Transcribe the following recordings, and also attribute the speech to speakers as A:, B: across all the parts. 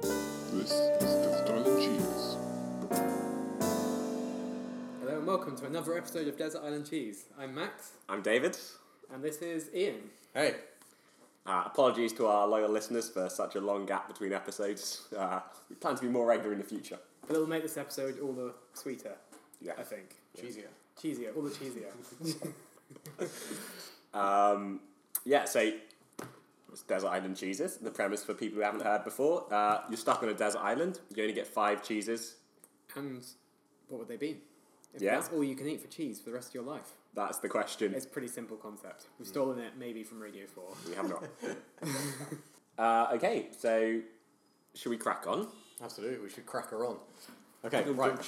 A: This is Death Island Cheese.
B: Hello and welcome to another episode of Desert Island Cheese. I'm Max,
C: I'm David.
B: and this is Ian.
D: Hey,
C: Uh, apologies to our loyal listeners for such a long gap between episodes. Uh, we plan to be more regular in the future.
B: But it'll make this episode all the sweeter,
C: Yeah.
B: I think.
D: cheesier.
B: Cheesier, all the cheesier.
C: Um, yeah, so it's Desert Island Cheeses. The premise for people who haven't heard before uh, you're stuck on a desert island, you only get five cheeses.
B: and what would they be? If
C: Yeah.
B: that's all you can eat for cheese for the rest of your life.
C: That's the question.
B: It's a pretty simple concept. We've stolen it maybe from Radio 4.
C: We have not. uh, okay, so should we crack on?
D: Absolutely, we should crack her on. Okay, right.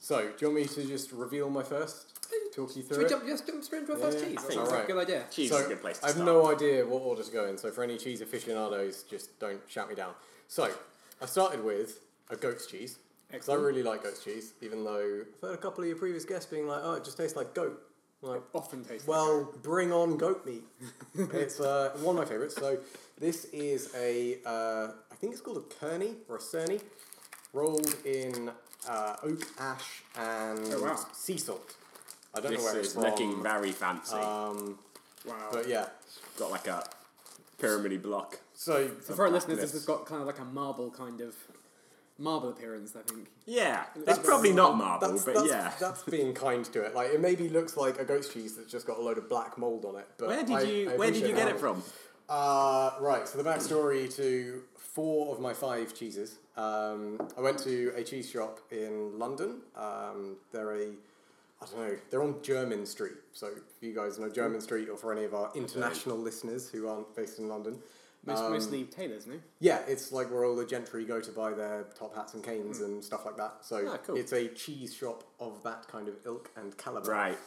D: So, do you want me to just reveal my first? Talk you
B: Should we
D: through it?
B: jump, just jump straight into our
D: Yeah,
B: first
D: yeah,
B: cheese?
D: I
B: That
C: think
B: sounds like a
D: so.
B: good idea.
C: Cheese
D: so
C: is a good place to
D: I have
C: start.
D: no idea what order to go in, so for any cheese aficionados, just don't shout me down. So, I started with a goat's cheese. Because I
B: Excellent.
D: really like goat's cheese, even though I've heard a couple of your previous guests being like, oh, it just tastes like goat. I'm Like,
B: Often tastes
D: well, bring on goat meat. it's uh, one of my favourites. So, this is a, uh, I think it's called a kearney or a cerny, rolled in uh, oak ash and
B: Oh, wow.
D: sea salt. I don't know
C: This
D: where it's
C: is
D: from.
C: looking very fancy.
D: um,
B: wow.
D: but yeah,
C: Got like a pyramidy block.
D: so
B: so for our listeners, this
C: Yes.
B: has got kind of like a marble kind of marble appearance, I think.
C: Yeah, it's
D: That's-
C: probably not marble,
D: that's,
C: but
D: that's,
C: yeah.
D: that's being kind to it. Like it maybe looks like a goat's cheese that's just got a load of black mold on it. But
C: Where did
D: I-
C: you
D: I
C: Where did you
D: appreciate
C: get
D: how-
C: it from?
D: Uh, right, so the backstory to four of my five cheeses. Um, I went to a cheese shop in London. Um, they're a, I don't know, they're on German Street. So if you guys know German Street, or for any of our international listeners who aren't based in London,
B: Most, mostly tailors, no?
D: yeah, it's like where all the gentry go to buy their top hats and canes and stuff like that. So
C: Hmm. Ah, cool.
D: it's a cheese shop of that kind of ilk and caliber.
C: Right.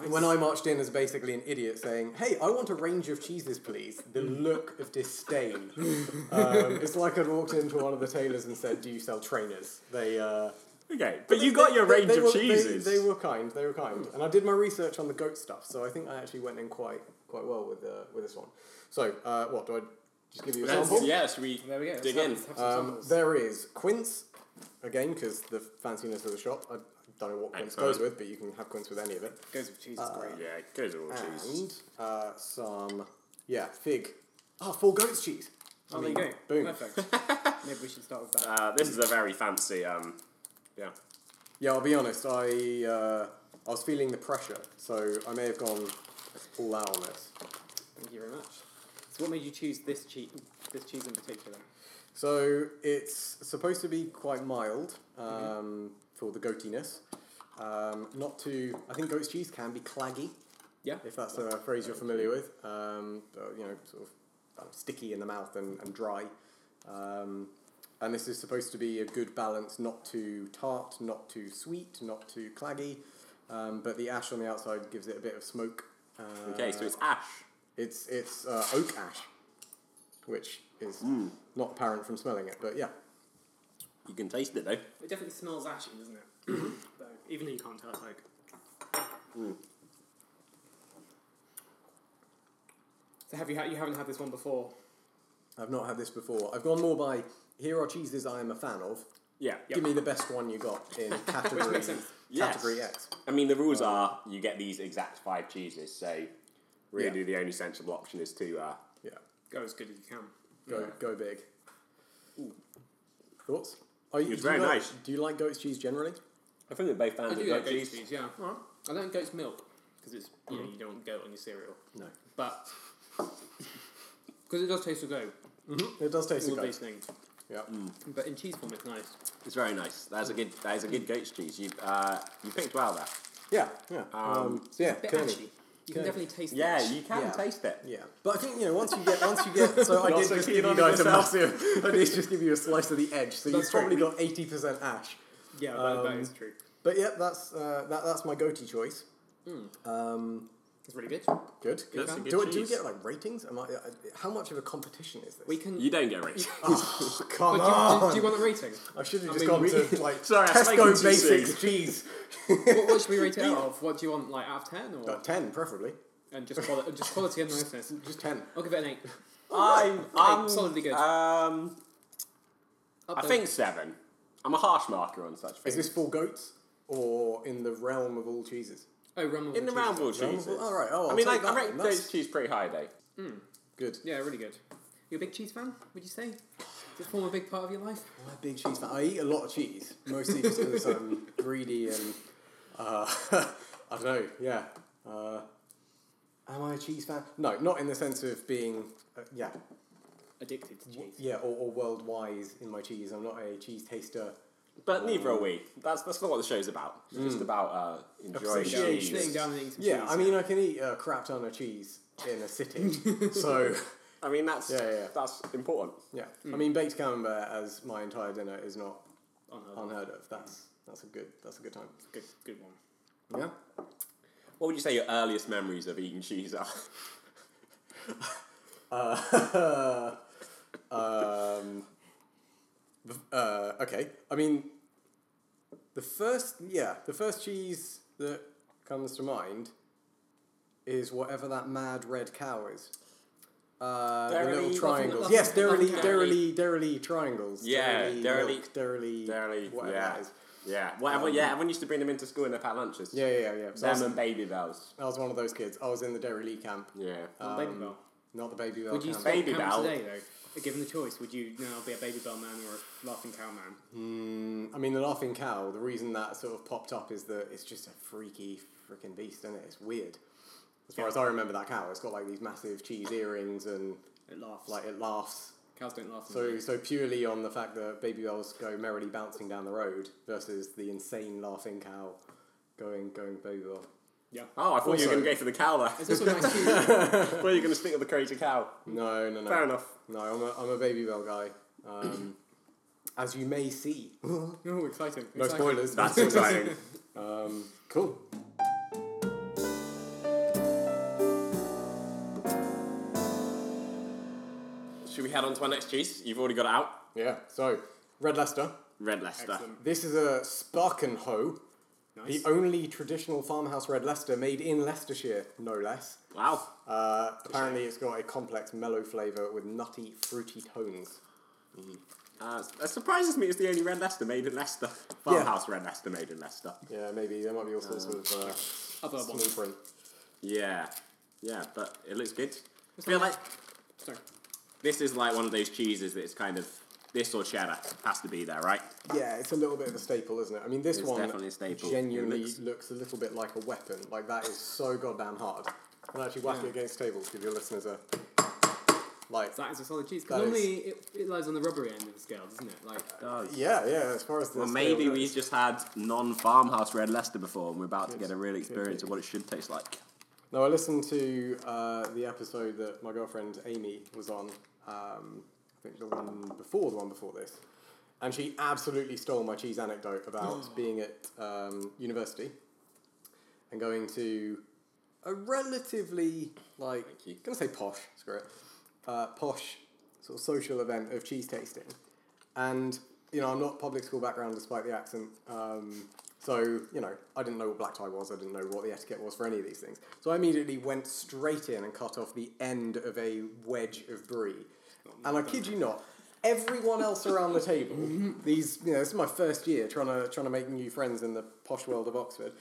D: And When I marched in as basically an idiot saying, hey, I want a range of cheeses, please, the look of disdain. um, it's like I'd walked into one of the tailors and said, do you sell trainers? They, uh,
C: Okay, but you got your
D: they-
C: range
D: they
C: of
D: were- they-
C: cheeses.
D: They, were kind, they were kind. And I did my research on the goat stuff, so I think I actually went in quite quite well with, uh, with this one. So, uh, what, do I just give you a
C: Let's-
D: sample?
C: yeah, should we
B: There we go.
C: dig
B: Let's
C: in?
B: have- let's have some
D: Um,
B: samples.
D: there is quince, again, because the fanciness of the shop. I don't know what quince goes
C: Excellent.
D: with, but you can have quince with any of it.
B: Goes with cheese is great.
C: Yeah, it goes all cheese.
D: And uh, some, yeah, fig. Oh, full goat's cheese.
B: Oh, there you go.
D: boom.
B: Perfect. Maybe we should start with that.
C: Uh, this is a very fancy. Um, yeah.
D: Yeah, I'll be honest. I uh, I was feeling the pressure, so I may have gone all out on this.
B: Thank you very much. So, what made you choose this cheese, this cheese in particular?
D: So it's supposed to be quite mild um, for the goatiness. Um, not too. I think goat's cheese can be claggy.
B: Yeah.
D: if that's a phrase you're familiar with. Um, but, you know, sort of I don't know, sticky in the mouth and, and dry. Um, and this is supposed to be a good balance, not too tart, not too sweet, not too claggy. Um, but the ash on the outside gives it a bit of smoke. Uh,
C: Okay, so it's ash.
D: it's it's uh, oak ash, which is not apparent from smelling it. But yeah,
C: You can taste it though.
B: It definitely smells ashy, doesn't it? Though, even though you can't tell it's like.
D: Mm.
B: So have you had? You haven't had this one before.
D: I've not had this before. I've gone more by here are cheeses I am a fan of.
C: Yeah.
D: Give me the best one you got in category
B: sense.
C: Yes.
D: category X.
C: I mean, the rules
D: Uh.
C: are you get these exact five cheeses, so really the only sensible option is to. Uh,
D: Yeah.
B: Go as good as you can.
D: Go go big. Thoughts? Are you,
C: It's
D: do you
C: very
D: like-
C: nice.
D: Do you like goat's cheese generally?
C: I think they're both fans
B: I do
C: of
B: like
C: goat
B: goat's
C: cheese.
B: cheese. Mm. Yeah. I don't goat's milk because it's you know you don't want goat on your cereal,
D: No.
B: but because it does taste of goat.
D: It does taste
B: All
D: like
B: of these
D: goat.
B: things,
D: Yeah.
B: but in cheese form, it's nice.
C: It's very nice. That's a good. That is a good goat's cheese. You uh, you picked well there.
D: Yeah. Yeah. Um, so yeah.
B: bit
D: curly.
B: ashy. You can
D: Curly.
B: definitely taste the
C: Yeah,
B: ash.
C: you can
D: Yeah.
C: taste it.
D: Yeah. But I think you know once you get once you get so I
C: Not
D: did
C: so
D: just
C: keen
D: give you
C: on
D: guys a
C: yourself.
D: massive I did just give you a slice of the edge, so
B: That's
D: you've probably
B: true.
D: got eighty percent ash.
B: Yeah, that, that
C: um,
B: is true.
D: But yeah, that's uh, that, that's my goatee choice.
B: It's really good.
D: Good. good.
C: That's a good
D: do, I- do we
C: cheese.
D: get like ratings? Am I, uh, how much of a competition is this?
B: We can.
C: You don't get rich.
D: Come
B: do, you- do,
D: on!
B: do you want a rating?
D: I should have
B: I
D: just
B: mean,
D: gone
B: we-
D: to like
C: Sorry, I spoke
D: Tesco
C: too
D: basics cheese.
B: what, what should we rate it out of? What do you want, like out of ten, or
D: Uh, ten, preferably.
B: and just quality, just quality and niceness?
D: Just ten.
B: I'll give it an eight.
C: I'm,
B: solidly good.
C: Um,
B: Up
C: I
B: there.
C: think seven. I'm a harsh marker on such
D: Is
C: things.
D: this for goats or in the realm of all cheeses?
B: Oh, Rumble.
C: in the
B: Cheese.
C: round ball
D: Realm of
C: cheeses?
D: all- all right, oh,
C: I
D: I'll
C: mean,
D: take
C: like, I
D: that
C: rate
D: one, that's-
C: those cheese pretty high, though.
D: Good.
B: Yeah, really good. You a big cheese fan? Would you say? Does it form a big part of your life?
D: I'm a big cheese fan. I eat a lot of cheese, mostly just because I'm greedy and uh, I don't know. Yeah. Uh, am I a cheese fan? No, not in the sense of being uh, yeah
B: Addicted to cheese.
D: yeah or, or world wise in my cheese. I'm not a cheese taster. Oh.
C: But neither are we. That's that's not what the show's about. It's just about uh, enjoying
D: Hmm. Appreciation.
B: Sitting down-
C: cheese.
B: Sitting down and eating some
D: Yeah,
B: cheese.
D: I mean I can eat a crap ton of cheese in a sitting. so
C: I mean, that's
D: Yeah, yeah, yeah.
C: that's important.
D: yeah,
B: Hmm.
D: I mean baked camembert as my entire dinner is not
B: Oh, no,
D: unheard of. That's that's a good that's a good time.
B: good, good one.
D: Yeah.
C: What would you say your earliest memories of eating cheese are?
D: Uh, um, the- uh, okay. I mean, the first, yeah, the first cheese that comes to mind is whatever that mad red cow is. Uh, the
C: Derrily,
D: little
C: nothing-
D: triangles.
B: nothing-
D: yes, Derrily,
B: nothing-
D: Derrily, Derrily triangles.
C: Yeah, Derrily-
D: milk, Derrily,
C: Barely,
D: whatever
C: yeah,
D: that is. Um,
C: yeah. Whatever, yeah. Everyone used to bring them into school and they packed lunches.
D: Yeah, yeah, yeah. yeah. So I,
C: Them
D: was,
C: and baby bells.
D: I was one of those kids. I was in the Derrily camp,
C: Yeah.
B: Well, baby bell.
D: not the baby bell
B: Would you
D: camp.
B: stay
C: um, Baby
B: baby
C: Bell.
B: today though? Given the choice, would you now be a baby bell man or a laughing cow man?
D: Mm, I mean, the laughing cow. The reason that sort of popped up is that it's just a freaky freaking beast, isn't it? It's weird. As far
B: Yeah.
D: as I remember, that cow, it's got like these massive cheese earrings and
B: It laughs.
D: like it laughs.
B: cows don't laugh.
D: So, so purely on the fact that baby bells go merrily bouncing down the road versus the insane laughing cow going going baby bell.
B: yeah.
C: Oh, I thought you
D: Also-
C: were going to go for the cow there.
B: It's also nice to
C: I thought you were going to stick with the crazy cow.
D: No, no, no.
C: Fair enough.
D: No, I'm a, I'm a baby bell guy. Um, as you may see. no
B: oh, exciting. exciting.
D: spoilers.
C: That's exciting.
D: Um, cool.
C: Should we head on to our next cheese? You've already got it out.
D: Yeah. So, Red Leicester.
C: Red Leicester.
B: Excellent.
D: This is a Sparkenhoe,
B: Nice.
D: the only traditional farmhouse red Leicester made in Leicestershire, no less.
C: Wow.
D: Uh, apparently, it's got a complex mellow flavour with nutty, fruity tones.
C: Uh, that surprises me. It's the only Red Leicester made in Leicester. Farmhouse Red Leicester made in Leicester.
D: Yeah, maybe there might be all sorts of uh,
B: Other one.
D: small print.
C: Yeah, yeah, but it looks good. I feel like
B: Sorry.
C: this is like one of those cheeses that is kind of this or cheddar has to be there, right?
D: Yeah, it's a little bit of a staple, isn't it? I mean, this
C: It's
D: one
C: definitely a staple. It
D: genuinely
C: looks-
D: looks... a little bit like a weapon. Like that is so goddamn hard. I'll actually whack it against tables. Give your listeners a like.
B: That is a solid cheese. 'cause
D: That is-
B: normally it, it lies on the rubbery end of the scale, doesn't it? Like
D: Yeah, yeah. As far as the
C: Well,
D: scale
C: maybe
D: goes.
C: we've just had non-farmhouse Red Leicester before, and we're about to
D: Yes.
C: get a real
D: Could
C: experience
D: be.
C: of what it should taste like.
D: No, I listened to uh, the episode that my girlfriend Amy was on. Um, I think the one before the one before this, and she absolutely stole my cheese anecdote about being at um, university and going to a relatively like
C: you.
D: gonna say posh, screw it, uh, posh sort of social event of cheese tasting, and you know I'm not public school background despite the accent, um, so you know I didn't know what black tie was, I didn't know what the etiquette was for any of these things, so I immediately went straight in and cut off the end of a wedge of brie, and I kid you not. Everyone else around the table, these you know, this is my first year trying to trying to make new friends in the posh world of Oxford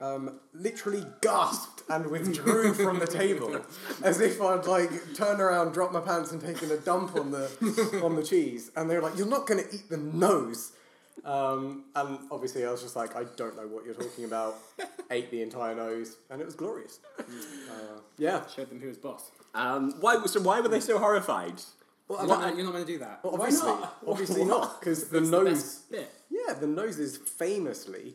D: um, literally gasped and withdrew from the table as if I'd like turn around, drop my pants, and taken a dump on the on the cheese. And they were like, "You're not going to eat the nose." Um, and obviously, I was just like, "I don't know what you're talking about." Ate the entire nose, and it was glorious. Uh, yeah.
B: showed them who was boss.
C: Um, why? So why were they so horrified?
D: Well, I
B: You're
D: don't
B: not,
D: know-
B: meant- you're not meant to do that.
D: well, obviously,
C: not?
D: obviously not, because the
B: It's the
D: nose.
B: best bit.
D: Yeah, the nose is famously,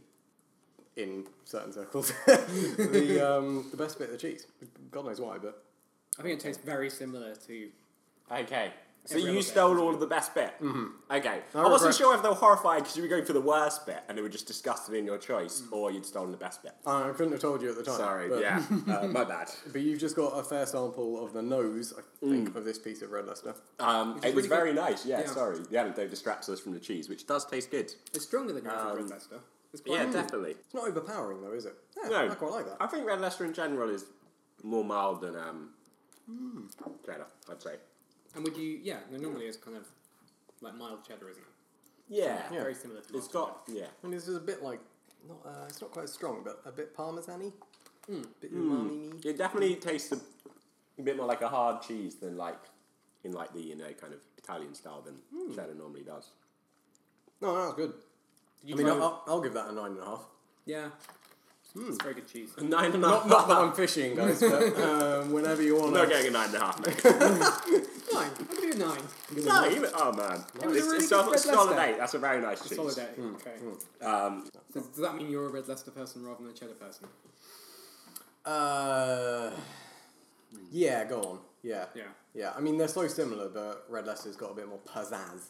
D: in certain circles, the um, the best bit of the cheese. God knows why, but
B: I think it tastes very similar to.
C: Okay. So
B: Every other
C: you
B: bit.
C: stole all of the best bit. Mm-hmm. Okay. I,
D: I
C: wasn't
D: regret-
C: sure if they were horrified because you were going for the worst bit and they were just disgusted in your choice, or you'd stolen the best bit.
D: I couldn't have told you at the time.
C: Sorry.
D: but,
C: yeah. uh, my bad.
D: But you've just got a fair sample of the nose, I think,
C: Mm.
D: of this piece of red Leicester.
C: Um,
B: is
C: it was
B: really
C: very nice. Yeah,
B: Yeah.
C: Sorry. The anecdote distracts us from the cheese, which does taste good.
B: It's stronger than your average red Leicester. It's quite
C: Yeah, definitely.
D: It's not overpowering though, is it? Yeah,
C: No,
D: I quite like that.
C: I think Red Leicester in general is more mild than um, cheddar. I'd say.
B: And would you? Yeah, no, normally it's kind of like mild cheddar, isn't it?
C: Yeah.
D: Yeah.
B: Very similar to
C: It's got yeah.
D: I mean, this is a bit like, not, uh, it's not quite as strong, but a bit parmesan-y.
C: Mm.
D: bit umami
C: It definitely tastes a, a bit more like a hard cheese than like in like the you know kind of Italian style than cheddar normally does.
D: No, no, it's good. I mean, I'll, I'll- I'll give that a nine and a half.
B: Yeah. It's very good cheese.
C: Nine and a half.
D: Not, not that I'm fishing, guys, but um, whenever you want
C: not
D: to.
C: getting a nine and a half. Mate.
B: Nine. I'll give it a nine.
C: no, even, oh man,
B: was a
C: it's,
B: really
C: it's
B: good
C: solid,
B: Red
C: solid
B: Leicester.
C: eight. That's a very nice cheese.
B: Solid eight. Okay.
C: Um,
B: So does that mean you're a Red Leicester person rather than a cheddar person?
D: Uh, yeah, go on. Yeah.
B: Yeah.
D: Yeah, I mean, they're so similar, but Red Leicester's got a bit more pizzazz.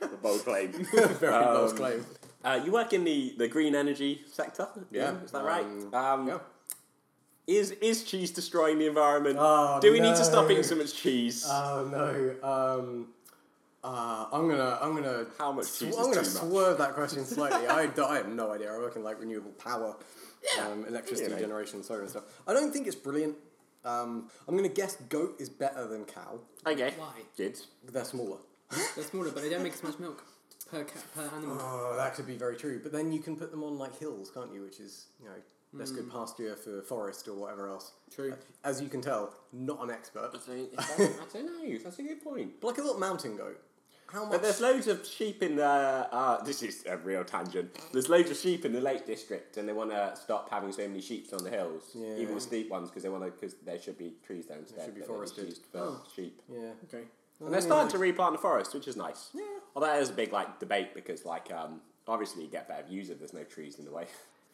C: a bold claim.
D: Very
C: Um,
D: bold claim.
C: uh, you work in the, the green energy sector.
D: Yeah.
C: is that right?
D: Um,
C: Um,
D: Yeah.
C: Is is cheese destroying the environment?
D: Oh,
C: Do we need to stop
D: no.
C: eating so much cheese?
D: Oh no. Um, uh, I'm gonna. I'm gonna.
C: How much cheese
D: I'm
C: is
D: gonna
C: too much?
D: swerve that question slightly. I, d- I have no idea. I work in like renewable power, um, electricity
C: you know.
D: generation, solar and stuff. I don't think it's brilliant. Um, I'm gonna guess goat is better than cow.
C: okay.
B: Why?
C: Good.
D: They're smaller.
B: They're smaller, but they don't make as much milk per ca- per animal.
D: Oh, that could be very true. But then you can put them on like hills, can't you? Which is you know less good pasture for forest or whatever else.
B: True.
D: As you can tell, not an expert.
C: I don't know. That's a good point.
D: But like a little mountain goat. How much?
C: But there's loads of sheep in the. Uh, this is a real tangent. There's loads of sheep in the Lake District, and they want to stop having so many sheep on the hills,
D: Yeah.
C: even the steep ones, because they want to because there should be trees there instead.
D: should be
C: but they're
D: forested.
C: used for
B: Oh.
C: sheep.
D: yeah.
B: Okay.
C: And they're starting to replant the forest, which is nice. Yeah. Although there's a big like debate because like um, obviously you get better views if there's no trees in the way.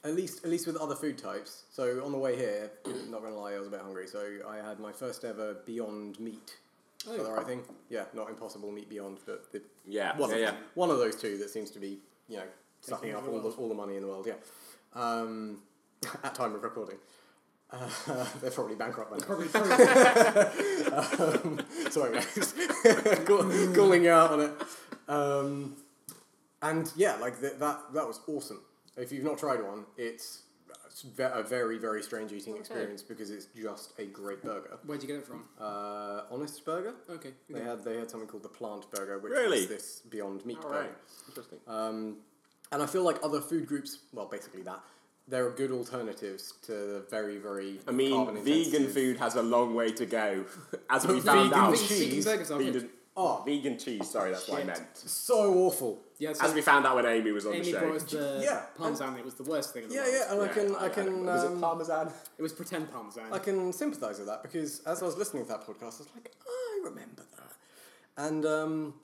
D: At least, at least with other food types. So on the way here, not gonna lie, I was a bit hungry. So I had my first ever Beyond Meat.
C: Oh,
D: Is
B: Oh,
D: that the right thing? Yeah, not Impossible Meat Beyond, but the
C: Yeah,
D: one,
C: yeah,
D: of,
C: yeah.
D: one of those two that seems to be you know sucking
B: Taking
D: up
B: over
D: all
B: the
D: the, all the money in the world. Yeah, um, at time of recording, uh, they're probably bankrupt by now.
B: Probably, probably
D: Sorry, guys. Call- calling you out on it. Um, and yeah, like th- that, that was awesome. If you've not tried one, it's it's ve- a very, very strange eating experience because it's just a great burger.
B: where'd you get it from?
D: Uh, Honest Burger.
B: Okay.
D: They had they had something called the Plant Burger, which
C: Really?
D: is this Beyond Meat
C: All
D: burger.
C: right, interesting.
B: Uh,
D: And I feel like other food groups, well, basically that, there are good alternatives to the very, very.
C: I mean, vegan
D: carbon-intensive-
C: food has a long way to go, as we found
D: Vegan
C: out.
B: Vegan
D: cheese.
B: burgers are
C: Vegan,
B: good.
D: Oh.
C: vegan cheese. Sorry, that's what I
B: Shit.
C: meant.
D: So awful.
B: Yeah, so
C: As we found out when Amy was on
B: Amy
C: the show.
B: brought us the
D: Yeah, and-
B: parmesan. it was the worst thing in the
D: Yeah,
B: world.
D: yeah, and I can, I, can.
C: Was
D: um,
C: it parmesan?
B: It was pretend parmesan.
D: I can sympathise with that because as I was listening to that podcast, I was like, I remember that. And um,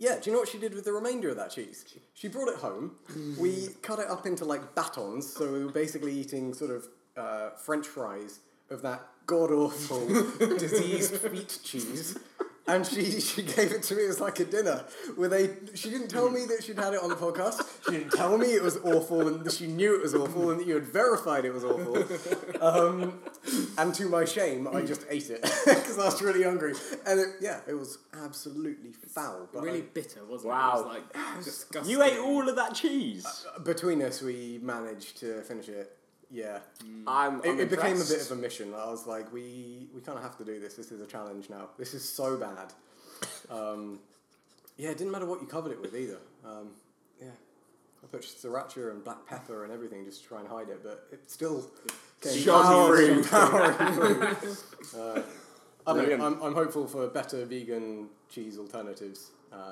D: yeah, do you know what she did with the remainder of that cheese? She brought it home. we cut it up into like batons, so we were basically eating sort of uh, French fries of that god awful diseased feet cheese. And she, she gave it to me as like a dinner with a. She didn't tell me that she'd had it on the podcast. She didn't tell me it was awful and that she knew it was awful and that you had verified it was awful. Um, And to my shame, I just ate it because I was really hungry. And it, yeah, it was absolutely foul. But
B: really bitter, wasn't
C: Wow.
B: it? It was like disgusting.
C: You ate all of that cheese.
D: I- between us, we managed to finish it. Yeah,
C: Mm. I'm.
D: it, it became a bit of a mission. I was like, we we kind of have to do this. This is a challenge now. This is so bad. Um, yeah, it didn't matter what you covered it with either. Um, yeah, I put sriracha and black pepper and everything just to try and hide it, but it still came
C: Shone
D: powering-
C: through.
D: powering through. Uh, I don't know,
C: Brilliant.
D: I'm, I'm hopeful for better vegan cheese alternatives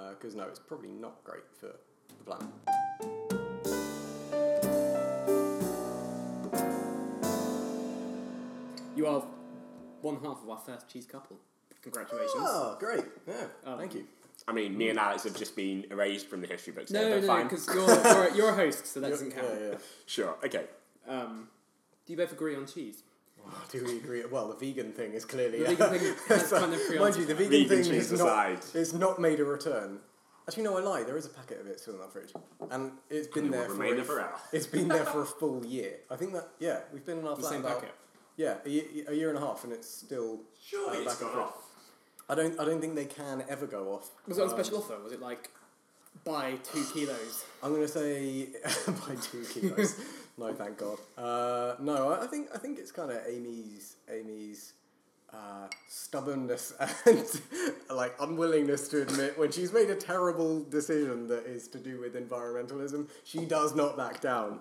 D: because no, it's probably not great for the planet.
B: You are one half of our first cheese couple. Congratulations.
D: Oh, great! Yeah,
B: Um,
D: thank you.
C: I mean, me and Alex have just been erased from the history books. so
B: No,
C: they're
B: no,
C: fine.
B: because you're, you're, you're a host, so that doesn't count.
D: Yeah, yeah.
C: sure. Okay.
B: Um, do you both agree on cheese?
D: Oh, do we agree? Well, the vegan thing is clearly.
B: The vegan thing has kind of pre-
D: Mind you, the vegan,
C: Vegan
D: thing
C: cheese
D: is not,
C: aside.
D: it's not made a return. Actually, no, I lie. There is a packet of it still in that fridge, and it's been there for
C: remain
D: a-
C: there forever.
D: It's been there for a full year. I think that yeah, we've been in our flat
B: same
D: about-
B: packet.
D: Yeah, a year, a year and a half, and it's still. uh, back on fridge. I don't. I don't think they can ever go off.
B: Was it on special offer? Was it like buy two kilos?
D: I'm gonna say by two kilos. no, thank God. Uh, no, I, I think I think it's kind of Amy's Amy's uh, uh, stubbornness and like unwillingness to admit when she's made a terrible decision that is to do with environmentalism, she does not back down.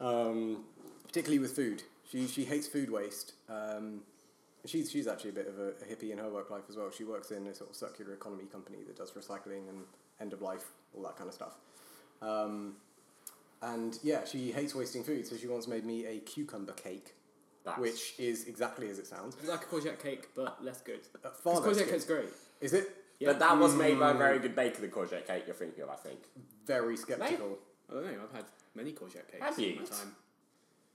D: Um, particularly with food, she she hates food waste. Um, she's she's actually a bit of a, a hippie in her work life as well. She works in a sort of circular economy company that does recycling and end of life, all that kind of stuff. Um, and yeah, she hates wasting food, so she once made me a cucumber cake,
C: That's-
D: which is exactly as it sounds.
B: It's like a courgette cake, but less good.
D: Uh, far
C: Oh,
B: Because courgette
D: less good.
B: cake's great.
D: Is it
B: Yeah.
C: But that was made by a very good baker, the courgette cake you're thinking of, I think.
D: very skeptical?
B: I don't know. I've had many courgette cakes
C: Have you?
B: in my time.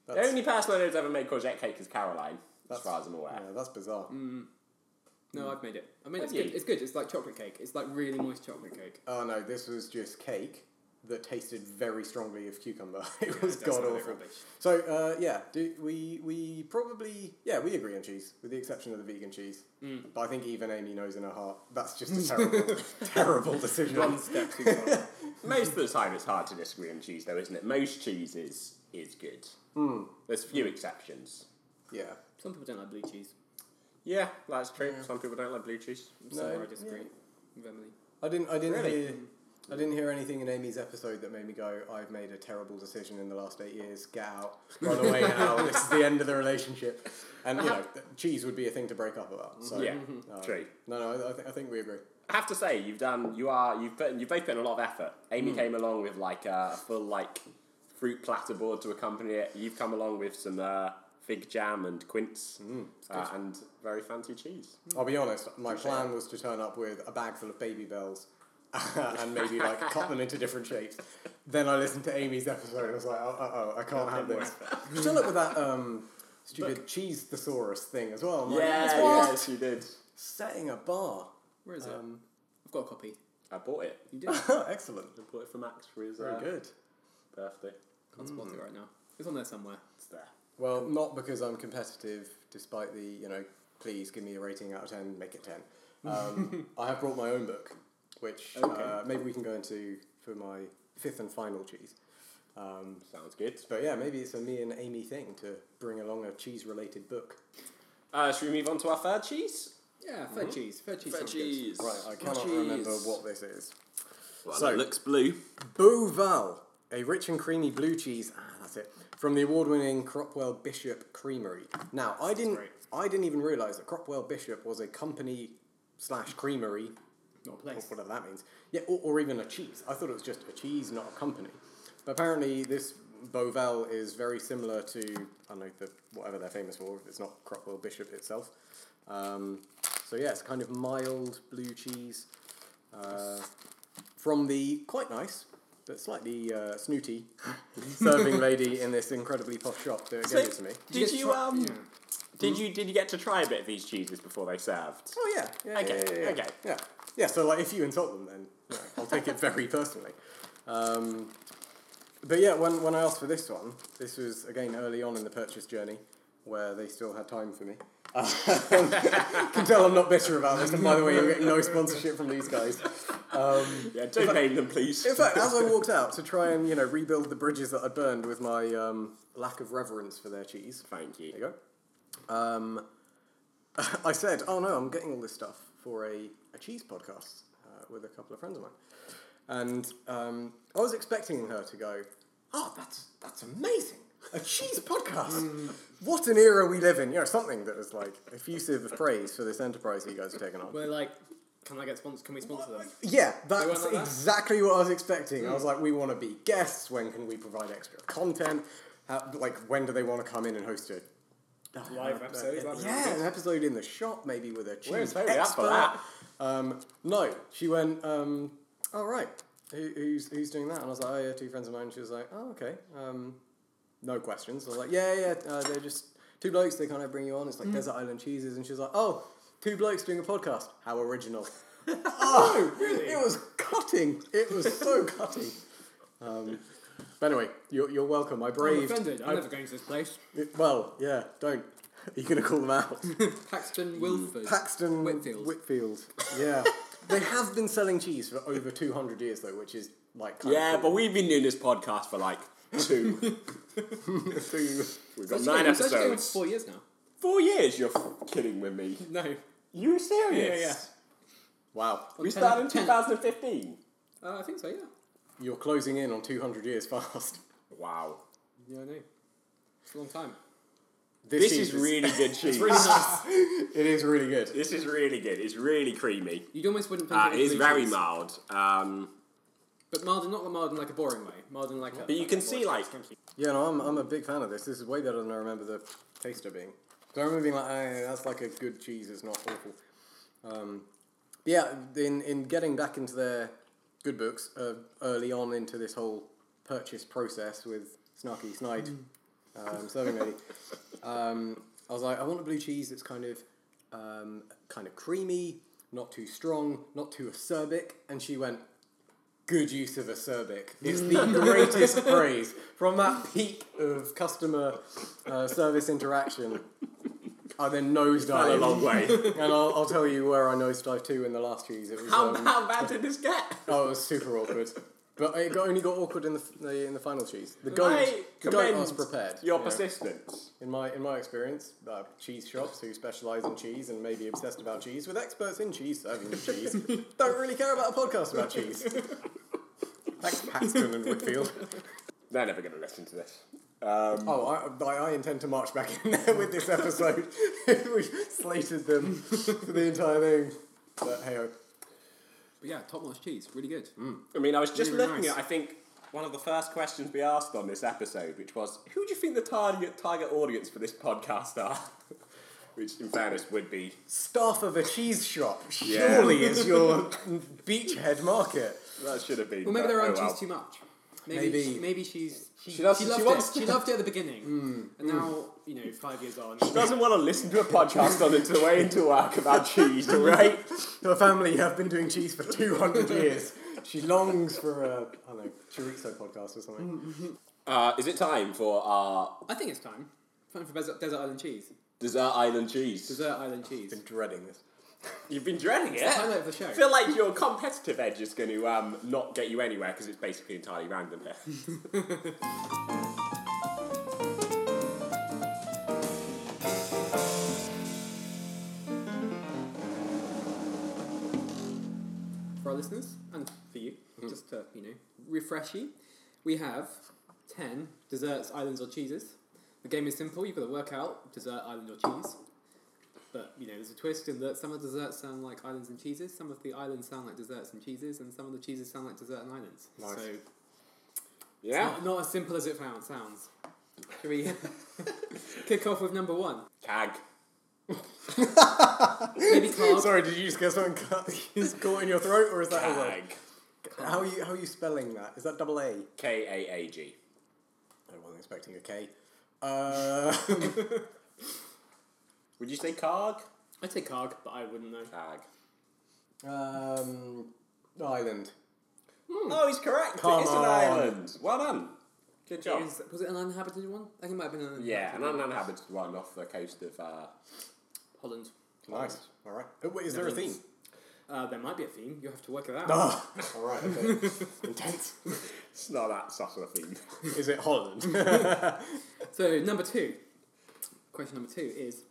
C: the
D: That's-
C: only person I know who's ever made courgette cake is Caroline, as
D: That's-
C: far as I'm aware.
D: Yeah, that's bizarre.
B: Mm. No, I've made it. I mean, it's
C: Have
B: good.
C: you?
B: It's good. It's like chocolate cake. It's like really moist chocolate cake.
D: Oh no, this was just cake that tasted very strongly of cucumber. it
B: Yeah,
D: was
B: it does
D: god
B: sound a bit
D: awful.
B: rubbish.
D: So uh, yeah, do, we we probably yeah we agree on cheese with the exception of the vegan cheese.
C: Mm.
D: But I think even Amy knows in her heart that's just a terrible terrible decision.
B: One step too far.
C: Most of the time, it's hard to disagree on cheese, though, isn't it? Most cheese is, is good. There's few exceptions.
D: Yeah.
B: Some people don't like blue cheese.
C: Yeah, that's true. Some people don't like blue cheese.
B: So
D: No,
B: I disagree
D: yeah.
B: with Emily.
D: I didn't. I didn't
C: Really?
D: hear. I didn't hear anything in Amy's episode that made me go, "I've made a terrible decision in the last eight years. Get out, run away now. This is the end of the relationship." And you know, th- cheese would be a thing to break up about. So
C: Uh-huh. Yeah,
D: uh,
C: true.
D: No, no, I, I, th- I think we agree.
C: I have to say, you've done, you are, you've put, you've both put in a lot of effort. Amy came along with like a full like fruit platter board to accompany it. You've come along with some uh, fig jam and quince uh, and very fancy cheese.
D: I'll be honest. My plan was to turn up with a bag full of baby bells. and maybe like cut them into different shapes. Then I listened to Amy's episode and I was like, oh, uh oh, I can't have this. Still up with that um, stupid cheese thesaurus thing as
C: Oh
D: well. I'm like,
C: Yeah,
D: "What?
C: yes, you did.
D: Setting a bar.
B: Where is
D: Um,
B: it? I've got a copy.
C: I bought it.
B: You did. Can't
D: Excellent.
C: I bought it for Max for his
D: Very
C: uh,
D: good.
C: birthday.
B: spot
C: Mm.
B: it right now. It's on there somewhere.
C: It's there.
D: Well, not because I'm competitive, despite the, you know, please give me a rating out of 10, make it 10. Um, I have brought my own book, which uh, maybe we can go into for my fifth and final cheese. Um,
C: Sounds good.
D: but yeah, maybe it's a me and Amy thing to bring along a cheese related book.
C: Uh, should we move on to our third cheese?
B: Yeah,
C: Mm-hmm.
B: fed cheese. Fed Hmm? cheese. sounds good.
D: Right, I cannot remember what this is.
C: Well,
D: So-
C: it looks blue.
D: Beauval, a rich and creamy blue cheese. Ah, that's it. From the award-winning Cropwell Bishop Creamery. Now, I didn't,
B: great.
D: I didn't even realise that Cropwell Bishop was a company slash creamery,
B: Not a
D: or
B: place.
D: whatever that means. Yeah, or, or even a cheese. I thought it was just a cheese, not a company. But apparently, this Beauval is very similar to I don't know the whatever they're famous for. If it's not Cropwell Bishop itself. Um, so yeah, it's kind of mild blue cheese uh, from the quite nice but slightly uh, snooty serving lady in this incredibly posh shop that gave it to me.
C: Did you
B: try-
C: um?
B: Yeah.
C: Did you did you get to try a bit of these cheeses before they served?
D: Oh yeah, yeah,
C: Okay,
D: yeah, yeah, yeah.
C: okay.
D: yeah, yeah. So like, if you insult them, then you know, I'll take it very personally. Um, but yeah, when when I asked for this one, this was again early on in the purchase journey, where they still had time for me. can tell I'm not bitter about this. And by the way, you're getting no sponsorship from these guys.
C: Yeah, don't name them, please.
D: In fact, as I walked out to try and you know rebuild the bridges that I burned with my um, lack of reverence for their cheese,
C: Thank you.
D: There you go. Um, I said, oh no, I'm getting all this stuff for a, a cheese podcast uh, with a couple of friends of mine. And um, I was expecting her to go, oh, that's, that's amazing. A cheese podcast. what an era we live in. You know, something that was like effusive of praise for this enterprise that you guys have taken on.
B: We're like, can I get sponsor? Can we sponsor them?
D: Yeah, that's
B: like that?
D: exactly what I was expecting. I was like, we want to be guests. When can we provide extra content? How, like, when do they want to come in and host a
B: Live episodes. that'd be
D: yeah,
B: really
D: an episode in the shop, maybe with a cheese
C: Where's Harry
D: expert.
C: up for that?
D: Um, no, she went. Um, All right, who, who's who's doing that? And I was like, oh yeah, two friends of mine. She was like, oh okay, um, no questions. I was like, yeah, yeah, uh, they're just two blokes. They kind of bring you on.
B: Mm.
D: It's like desert island cheeses, and she was like, oh, two blokes doing a podcast. How original. oh, really? It was cutting. It was so cutting. Um, but anyway, you're, you're welcome. I
B: good. I'm
D: braved.
B: offended. I'm
D: I-
B: never going to this place.
D: well, yeah, don't. Are you going to call them out?
B: Paxton Wilford.
D: Paxton
B: Whitfield.
D: Whitfield. Yeah. they have been selling cheese for over 200 years, though, which is like kind
C: Yeah,
D: of
C: but we've been doing this podcast for like two.
D: two.
C: We've
B: It's
C: got
B: actually going-
C: nine
B: it's actually going on for
C: episodes.
B: Four years now.
C: Four years? You're f- kidding with me.
B: No.
C: You were serious?
B: Yeah, yeah.
D: Wow,
C: We
B: Ten-
C: started in
B: ten-
C: 2015.
B: Uh, I think so, yeah.
D: you're closing in on 200 years fast.
C: Wow.
B: Yeah, I know. It's a long time.
C: This is
D: cheese
C: really good cheese.
B: It's really nice.
D: It is really good.
C: This is really good. It's really creamy.
B: You almost wouldn't think
C: Uh,
B: it
C: it
B: was
C: is
B: blue
C: very
B: cheese.
C: mild. Um,
B: But mild, and not mild in like a boring way. Mild in like a.
C: but you can see, like,
D: Yeah, no, I'm, I'm a big fan of this. This is way better than I remember the taster being. So I remember being like, "Ah, that's like a good cheese. It's not awful. Um, but yeah, in in getting back into their good books uh, early on into this whole purchase process with Snarky Snide um, serving lady, um, I was like, I want a blue cheese that's kind of um, kind of creamy, not too strong, not too acerbic. And she went, good use of acerbic. It's the greatest praise from that peak of customer uh, service interaction. I then
C: quite a
D: nosedived
C: long way.
D: and I'll, I'll tell you where I nosedived to in the last cheese. It was
C: how,
D: um,
C: how bad did this get?
D: oh, it was super awkward. But it got, only got awkward in the, f- the in the final cheese. The goat,
C: I
D: the goat I was
C: commend
D: prepared.
C: Your
D: you know.
C: persistence.
D: In my in my experience, uh, cheese shops who specialise in cheese and may be obsessed about cheese, with experts in cheese serving you cheese, don't really care about a podcast about cheese. Thanks, Paxton and Whitfield.
C: They're never going to listen to this.
D: Oh, I, I, I intend to march back in there with this episode. we slated them for the entire thing. But hey,
B: But yeah, top notch cheese. Really good.
C: I mean, I was just
B: Really
C: looking
B: nice.
C: at, I think, one of the first questions we asked on this episode, which was, who do you think the target, target audience for this podcast are? which, in fairness, would be
D: staff of a cheese shop
C: Yeah.
D: surely is your beachhead market.
C: That should have been.
B: Well, maybe they're
C: oh
B: on
C: well.
B: cheese too much. Maybe
D: Maybe.
B: maybe, maybe she's she,
C: She
B: she,
C: loves- she
B: loved
C: wants-
B: it. Mm. She loved it at the beginning, and now you know five years on.
C: Doesn't want to listen to a podcast on its way into work about cheese, all right?
D: Her family have been doing cheese for 200 years. She longs for a, I don't know, chorizo podcast or something.
C: Uh, is it time for our
B: I think it's time. Time for Desert, Desert Island cheese.
C: dessert island cheese?
B: Desert Island cheese.
D: Been dreading this.
C: You've been dreading it.
B: highlight of the show.
C: I feel like your competitive edge is going to um, not get you anywhere because it's basically entirely random
B: Hmm.
C: here.
B: for our listeners and for you,
C: Mm-hmm.
B: just to you know refresh you, we have ten desserts, islands, or cheeses. The game is simple. You've got to work out dessert, island, or cheese. But you know, there's a twist in that some of the desserts sound like islands and cheeses, some of the islands sound like desserts and cheeses, and some of the cheeses sound like dessert and islands.
D: Nice.
B: So
C: Yeah?
B: not, not as simple as it found, sounds. Should we kick off with number one?
C: Tag.
B: Maybe carb.
D: Sorry, did you just get something cut, just caught in your throat, or is that a word?
C: Tag.
D: How are you how are you spelling that? Is that double A? I
C: K A A G.
D: wasn't expecting a K. Uh,
C: Would you say carg?
B: I'd say carb, but I wouldn't know.
C: Tag.
D: um, island.
C: Oh, he's correct.
D: Come
C: it's
D: on.
C: an island. Well done. Good job.
B: Is- was it an uninhabited one? I think it might have been an uninhabited
C: Yeah, an
B: one.
C: uninhabited one off the coast of. Uh,
B: Holland.
D: Nice. All right. Oh, wait, is there a theme?
B: Uh, there might be a theme. You'll have to work it out.
D: Oh, all right. Okay. Intense.
C: it's not that subtle a theme.
D: Is it Holland?
B: So, number two. Question number two is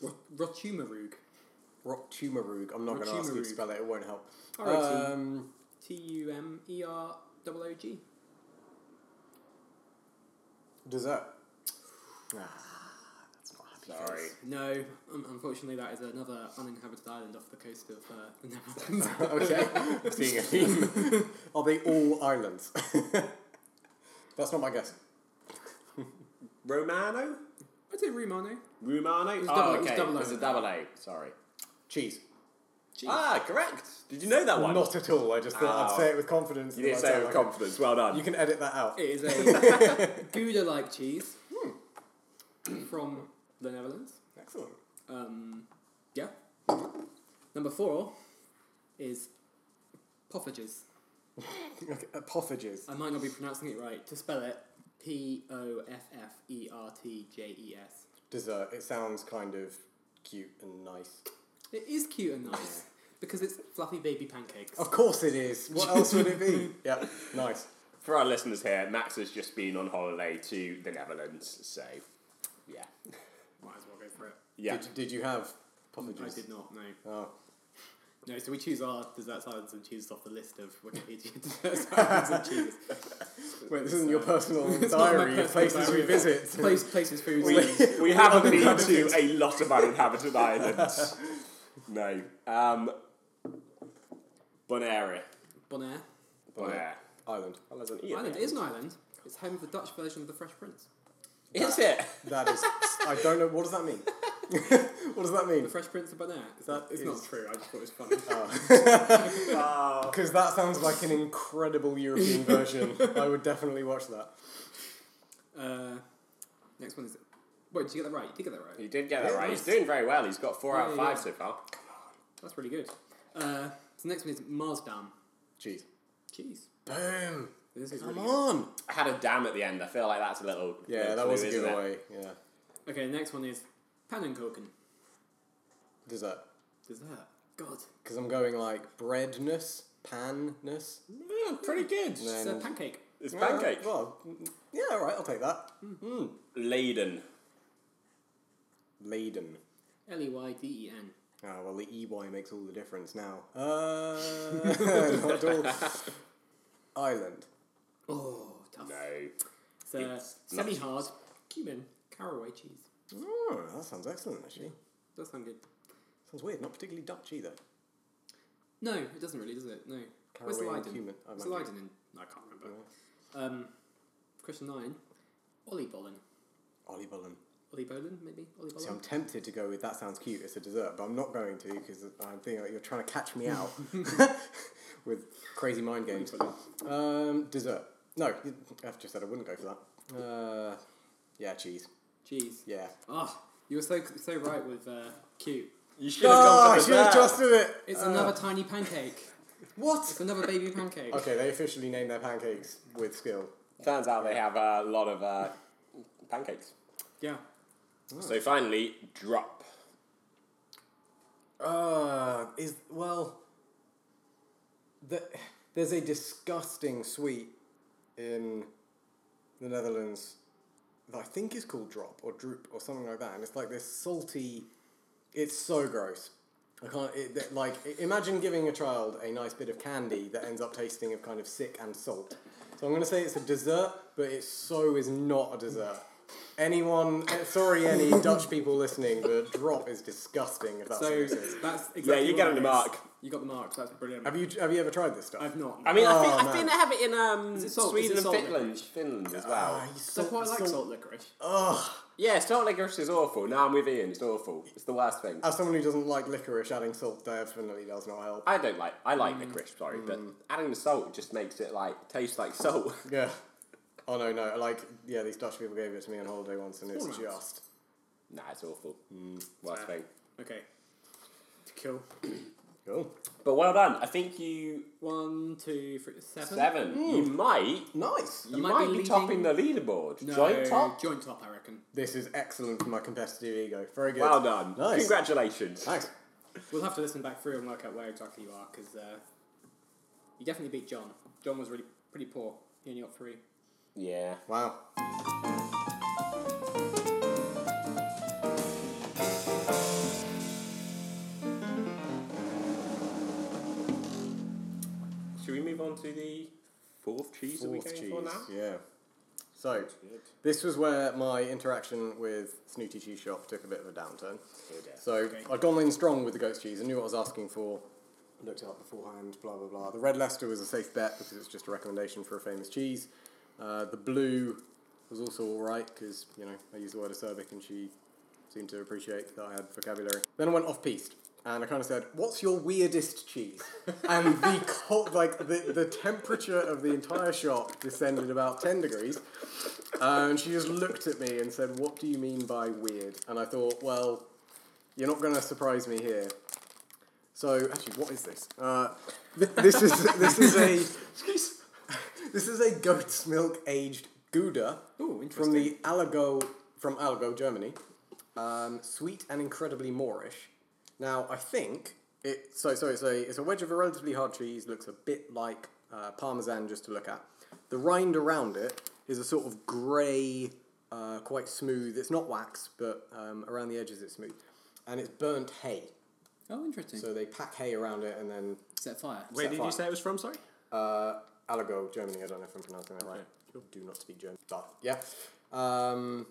B: Ro- Rotumarug.
D: Rotchumarug. I'm not going to ask you to
B: Rotchumarug.
D: spell it. It won't help.
B: R O T-
D: Um,
B: T U M E R O O G.
D: dessert.
C: Sorry.
B: No, un unfortunately, that is another uninhabited island off the coast of uh, the Netherlands.
D: Okay. Seeing a theme. Are they all islands? That's not my guess.
C: Romano?
B: I'd say Rumano.
C: Romano?
B: was
C: oh,
B: double- it was
C: okay.
B: double O.
C: It's a double A. Sorry.
D: Cheese.
C: Ah, correct. Did you know that one?
D: Not at all. I just thought
C: Oh.
D: I'd say it with confidence.
C: you
D: that
C: didn't
D: I'd
C: say
D: say
C: it
D: like
C: with
D: it.
C: confidence. Well done.
D: You can edit that out.
B: It is a Gouda like cheese
C: Hmm.
B: from the Netherlands.
D: Excellent.
B: Um, yeah. Number four is poffages.
D: Okay, uh, poffages.
B: I might not be pronouncing it right. To spell it, P O F F E R T J E S.
D: Dessert. It sounds kind of cute and nice.
B: It is cute and nice because it's fluffy baby pancakes.
C: Oh.
D: Of course it is. What else would it be? yeah. Nice.
C: For our listeners here, Max has just been on holiday to the Netherlands, so yeah. Yeah.
D: Did, did you have puffer
B: I
D: juice?
B: did not, no.
D: Oh.
B: No, so we choose our desserts, islands, and cheeses off the list of Wikipedia desserts, islands, and cheeses.
D: Wait, this isn't your personal
B: It's not my
D: diary of
B: personal
D: places
B: diary.
D: you visit.
B: Place, places, foods.
C: We,
B: and-
C: we haven't been to a lot of uninhabited islands. No. Um, Bonaire.
B: Bonaire.
C: Bonaire.
D: Island.
C: Oh, E
B: Island. It is an island. It's home of the Dutch version of the Fresh Prince.
C: Is it?
D: That is. I don't know. What does that mean? what does that mean?
B: The Fresh Prince of Bonaire. Is that,
D: That
B: it's
D: is-
B: not true. I just thought it was funny.
C: Wow.
D: Because that sounds like an incredible European version. I would definitely watch that.
B: uh, next one is. Wait, did you get that right? You did get that right.
C: He did get that right. He's doing very well. He's got four out of
B: Yeah, yeah,
C: five so far.
B: That's really good. Uh, so next one is Marsdam.
D: Cheese.
B: Cheese.
D: Boom.
B: This is
D: Come
B: really good.
D: on.
C: I had a dam at the end. I feel like that's a little.
D: Yeah, that
C: clue,
D: was a
C: isn't it?
D: giveaway. Yeah.
B: Okay, next one is Pannenkuchen.
D: Dessert.
B: Dessert. God.
D: Because I'm going like breadness, panness.
C: Mm, pretty good.
D: No.
B: It's a
D: And-
B: pancake.
C: It's pancake.
D: Yeah, well, yeah, all right, I'll take that.
C: Laden.
D: Laden.
B: L E Y D E N.
D: Ah, well, the EY makes all the difference now. Uh, not at all. Island.
B: Oh, tough.
C: No.
B: It's uh, a
C: It's not
B: semi hard cumin caraway cheese.
D: Oh, that sounds excellent, actually.
B: Does sound good.
D: Sounds weird, not particularly Dutch either.
B: No, it doesn't really, does it? No. Where's
D: Caraway and
B: Leiden?
D: cumin. Oh, I
B: Where's
D: might be-
B: Leiden in? I can't remember. Um, question nine. Oliebollen.
D: Oliebollen.
B: Oliebollen, maybe?
D: See,
B: Oliebollen?
D: I'm tempted to go with that sounds cute, it's a dessert, but I'm not going to because I'm thinking like, you're trying to catch me out with crazy mind games. Um, dessert. No, you- I've just said I wouldn't go for that. Uh, yeah, cheese.
B: Cheese.
D: Yeah.
B: Oh, you were so so right with uh, cute.
C: Ah, You should have
D: Oh,
C: gone
D: I
C: for
D: should have
C: dessert.
D: trusted it.
B: It's
D: Uh,
B: another tiny pancake.
D: What?
B: It's another baby pancake.
D: Okay, they officially named their pancakes with skill.
C: Turns out they have a lot of uh, pancakes.
B: Yeah.
C: So finally, drop.
D: Uh, is well, the, there's a disgusting sweet in the Netherlands that I think is called drop or droop or something like that, and it's like this salty. It's so gross. I can't it, that- like i- imagine giving a child a nice bit of candy that ends up tasting of kind of sick and salt. So I'm gonna say it's a dessert, but it so is not a dessert. Anyone, eh, sorry, any Dutch people listening, but drop is disgusting. If that's what
B: So
D: it
B: that's
D: is.
B: exactly
C: Yeah, you
B: what
C: get
B: it
C: on the
B: is.
C: mark.
B: You got the mark. That's brilliant.
D: Have you have you ever tried this stuff?
B: I've not.
C: I mean, I think
D: Oh,
C: I
D: man.
C: think they have it in um,
B: it salt- is
C: Sweden
B: it
C: and
B: salt
C: Finland,
B: licorice?
C: Finland as well.
D: Ah, you
B: So I
D: salt-
B: quite like
D: salt-
B: salt, licorice.
D: Ugh.
C: yeah, salt licorice is awful. No, I'm with Ian. It's awful. It's the worst thing.
D: As someone who doesn't like licorice, adding salt definitely does not help.
C: I don't like. I like licorice, sorry, but adding the salt just makes it like taste like salt.
D: Yeah. Oh no no like yeah these Dutch people gave it to me on holiday once and it's
B: Alright.
D: just
C: nah, it's awful. Worst
B: Fair.
C: thing.
B: Okay. Cool.
D: cool.
C: But well done. I think you
B: One, two, three, seven.
C: seven. You might.
D: Nice.
C: you
B: might
C: might
B: be
C: be,
B: leading-
C: topping the leaderboard.
B: No,
C: Joint top.
B: Joint top, I reckon.
D: This is excellent for my competitive ego. Very good.
C: Well done.
D: Nice.
C: Congratulations.
D: Thanks.
B: We'll have to listen back through and work out where exactly you are, because uh, you definitely beat John. John was really pretty poor. He only got three.
C: Yeah.
D: Wow.
C: Should we move on to the fourth cheese that we
D: Fourth
C: came
D: cheese.
C: for now?
D: Yeah. So this was where my interaction with Snooty Cheese Shop took a bit of a downturn. So
B: Okay.
D: I'd gone in strong with the goat's cheese. I knew what I was asking for. Looked it up beforehand. Blah blah blah. The red Leicester was a safe bet because it's just a recommendation for a famous cheese. Uh, the blue was also all right because you know I used the word acerbic and she seemed to appreciate that I had vocabulary. Then I went off piste and I kind of said, "What's your weirdest cheese?" and the co- like the, the temperature of the entire shop descended about ten degrees. And she just looked at me and said, "What do you mean by weird?" And I thought, well. You're not going to surprise me here. So, actually, what is this? Uh, th- this is this is a this is a goat's milk aged Gouda
B: Ooh,
D: from
B: interesting.
D: the Allgäu from Allgäu, Germany. Um, sweet and incredibly Moorish. Now, I think it. So, so it's a it's a wedge of a relatively hard cheese. Looks a bit like uh, Parmesan just to look at. The rind around it is a sort of grey. Uh, uh, quite smooth. It's not wax, but um, around the edges it's smooth, and it's burnt hay.
B: Oh, interesting.
D: So they pack hay around it and then
B: Set fire.
C: Where did
D: fire.
C: you say it was from? Sorry.
D: uh, Allergo, Germany. I don't know if I'm pronouncing that right. Do not speak German. But yeah. Um,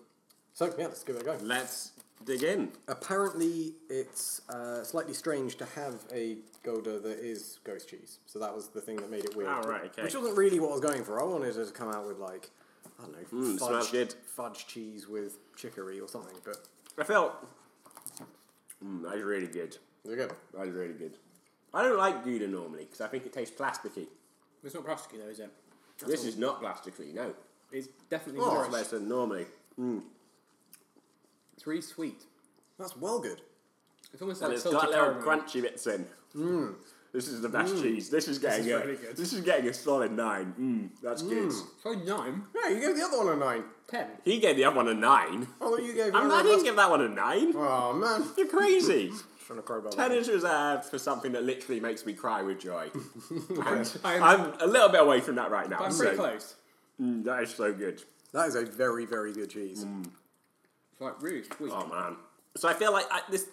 D: so yeah, let's give it a go.
C: Let's dig in.
D: Apparently, it's uh, slightly strange to have a Gouda that is ghost cheese. So that was the thing that made it weird.
C: Ah, right, okay.
D: Which wasn't really what I was going for. I wanted it to come out with like I don't know,
C: Mm, smells good.
D: fudge cheese with chicory or something. But
C: I felt. Mm, that was really good.
D: they're good.
C: That was really good. I don't like Gouda normally because I think it tastes plasticky.
B: It's not plasticky though, is it?
C: this is not plasticky, no.
B: It's definitely
C: It's
B: oh,
C: much better than normally.
B: It's really sweet.
D: That's well good.
B: It's almost
C: And
B: like
C: it's
B: salted
C: got little
B: caramel.
C: crunchy bits in. This is the best cheese. This is getting
D: is
C: a,
D: really good.
C: this is getting a solid nine. Mm, that's good.
B: So nine,
D: Yeah, you gave the other one a nine.
B: ten.
C: He gave the other one a nine.
D: Oh, you gave.
C: I'm
D: the
C: not, I
D: other
C: didn't
D: one
C: give that one a nine.
D: Oh man,
C: You're crazy.
D: trying to crowbar. that
C: Ten
D: one.
C: is reserved for something that literally makes me cry with joy. And
B: I'm-
C: I'm a little bit away from that right now.
B: But I'm
C: so-
B: pretty close.
C: Mm, that is so good.
D: That is a very very good cheese.
B: It's like really sweet.
C: Oh man. So I feel like I, this.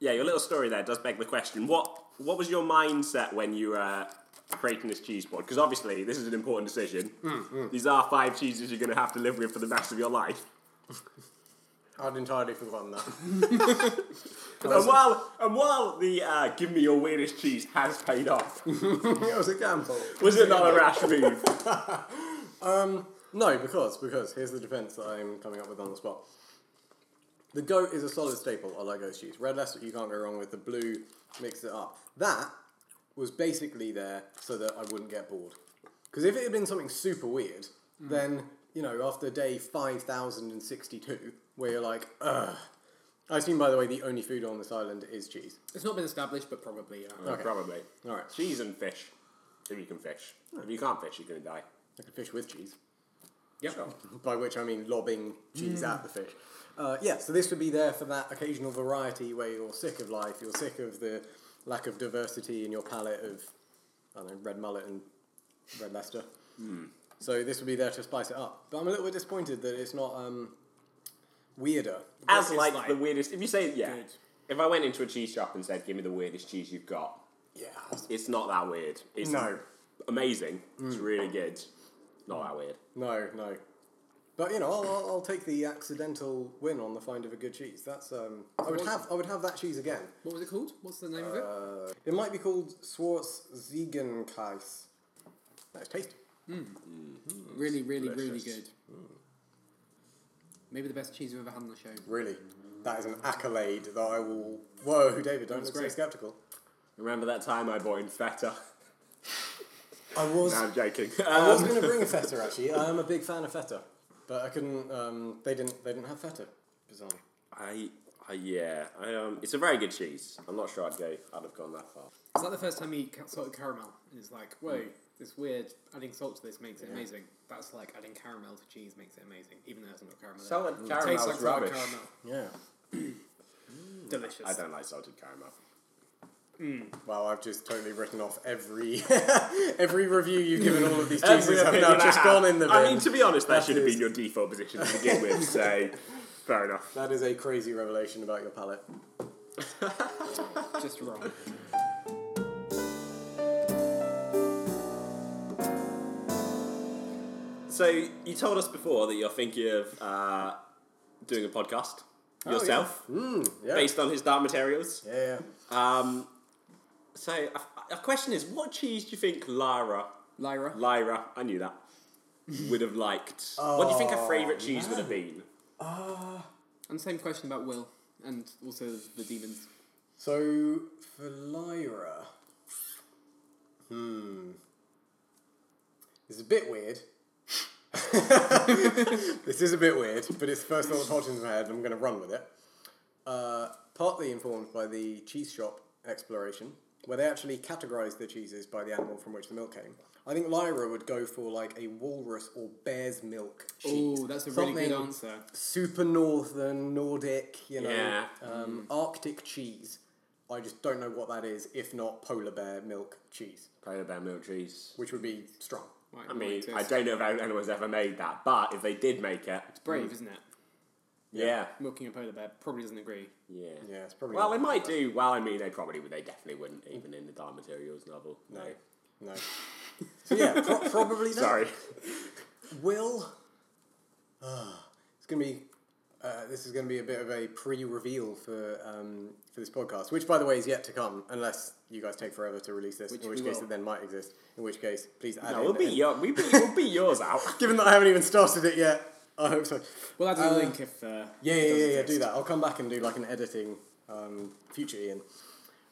C: Yeah, your little story there does beg the question. What What was your mindset when you were creating this cheese board? Because obviously this is an important decision.
B: Mm-hmm.
C: These are five cheeses you're going to have to live with for the rest of your life.
D: I'd entirely forgotten that.
C: And while and while the uh, give me your weirdest cheese has paid off,
D: it was a gamble.
C: was it not a rash move?
D: No, because because here's the defense that I'm coming up with on the spot. The goat is a solid staple. I like ghost cheese. Red Leicester, you can't go wrong with. The blue mix it up. That was basically there so that I wouldn't get bored. Because if it had been something super weird, then you know after day five thousand and sixty-two, where you're like, ugh. I assume, by the way, the only food on this island is cheese.
B: It's not been established, but probably. uh, Yeah.
C: uh,
D: Okay.
C: Probably.
D: All right,
C: Cheese and fish, if you can fish. If you can't fish, you're going to die.
D: I could fish with cheese.
B: Yep.
D: by which I mean lobbing cheese at the fish. Uh, yeah, so this would be there for that occasional variety where you're sick of life, you're sick of the lack of diversity in your palate of, I don't know, red mullet and red Leicester. So this would be there to spice it up. But I'm a little bit disappointed that it's not um, weirder.
C: as
B: is
C: like,
B: like
C: the weirdest. If you say yeah,
B: good.
C: if I went into a cheese shop and said, "Give me the weirdest cheese you've got,"
D: Yeah.
C: it's not that weird. It's
D: No. Mm.
C: amazing. It's really good. Not that weird.
D: No, no. But you know, I'll, I'll, I'll take the accidental win on the find of a good cheese. That's um, I would have I would have that cheese again.
B: What was it called? What's the name of it?
C: Uh,
D: It might be called Schwarzziegenkais. That's tasty.
B: Really, really, really good.
C: delicious. Hmm.
B: Maybe the best cheese we've ever had on the show.
D: Really, that is an accolade that I will. Whoa, David, don't look so
B: great.
D: skeptical.
C: Remember that time I bought in feta?
D: I was.
C: No, I'm joking.
D: I was going to bring feta actually. I am a big fan of feta, but I couldn't. Um, they didn't. They didn't have feta. Bizarre.
C: I, I yeah. I, um, it's a very good cheese. I'm not sure I'd go. I'd have gone that far.
B: It's like the first time you eat ca- salted caramel, and it's like, whoa,
C: Hmm.
B: it's weird. Adding salt to this makes it amazing. That's like adding caramel to cheese makes it amazing, even though it's not caramel. in it.
C: Salted
B: It
C: caramel's
B: tastes like salted
C: rubbish.
B: caramel.
D: Yeah.
B: Delicious.
C: I don't like salted caramel.
D: Well, I've just totally written off every every review you've given all of these
C: Every
D: cheeses. have now
C: opinion I
D: just
C: have.
D: gone in the bin.
C: I mean, to be honest, that,
D: That
C: should have
D: is-
C: been your default position to begin with. So, fair enough.
D: that is a crazy revelation about your palate. Hmm,
B: Just wrong.
C: So you told us before that you're thinking of uh, doing a podcast
D: Oh,
C: yourself
D: Yeah.
C: based on his dark materials.
D: Yeah. yeah.
C: Um, so a, a question is, what cheese do you think Lara,
B: Lyra.
C: Lyra, I knew that, would have liked? what do you think her
D: Oh,
C: favourite cheese would have been?
B: and same question about Will, and also the demons.
D: So for Lyra, hmm, it's a bit weird. this is a bit weird, but it's the first thought that popped into my head. and I'm going to run with it. Uh, partly informed by the cheese shop exploration, where they actually categorised the cheeses by the animal from which the milk came. I think Lyra would go for like a walrus or bear's milk cheese.
B: Oh, that's a really good
D: Something-
B: answer.
D: super northern Nordic, you know,
C: Yeah.
D: um, Arctic cheese. I just don't know what that is, if not polar bear milk cheese,
C: Plain about milk cheese.
D: which would be strong.
B: Right,
C: I mean,
B: right,
C: I
B: it's
C: don't know if anyone's ever made that, but if they did make it,
B: brave, isn't it?
C: Yeah.
B: Milking a polar bear probably doesn't agree.
C: Yeah.
D: Yeah, it's probably
C: Well,
D: not-
C: they might do. Well, I mean, they probably would. They definitely wouldn't, even in the Dark Materials novel. No.
D: No. So yeah, pro- probably not.
C: Sorry.
D: Will. Ah, it's gonna be. Uh, this is gonna be a bit of a pre-reveal for um, for this podcast, which, by the way, is yet to come, unless you guys take forever to release this.
B: Which
D: in which
B: we
D: case,
B: will.
D: it then might exist. In which case, please add.
C: No,
D: in
C: we'll beat
D: and-
C: your, we beat, we'll beat yours out.
D: Given that I haven't even started it yet, I hope so.
B: We'll add a
D: Uh,
B: link if. Uh,
D: Yeah,
B: it
D: yeah,
B: doesn't
D: yeah, yeah. Do
B: exist.
D: that. I'll come back and do like an editing um, future Ian.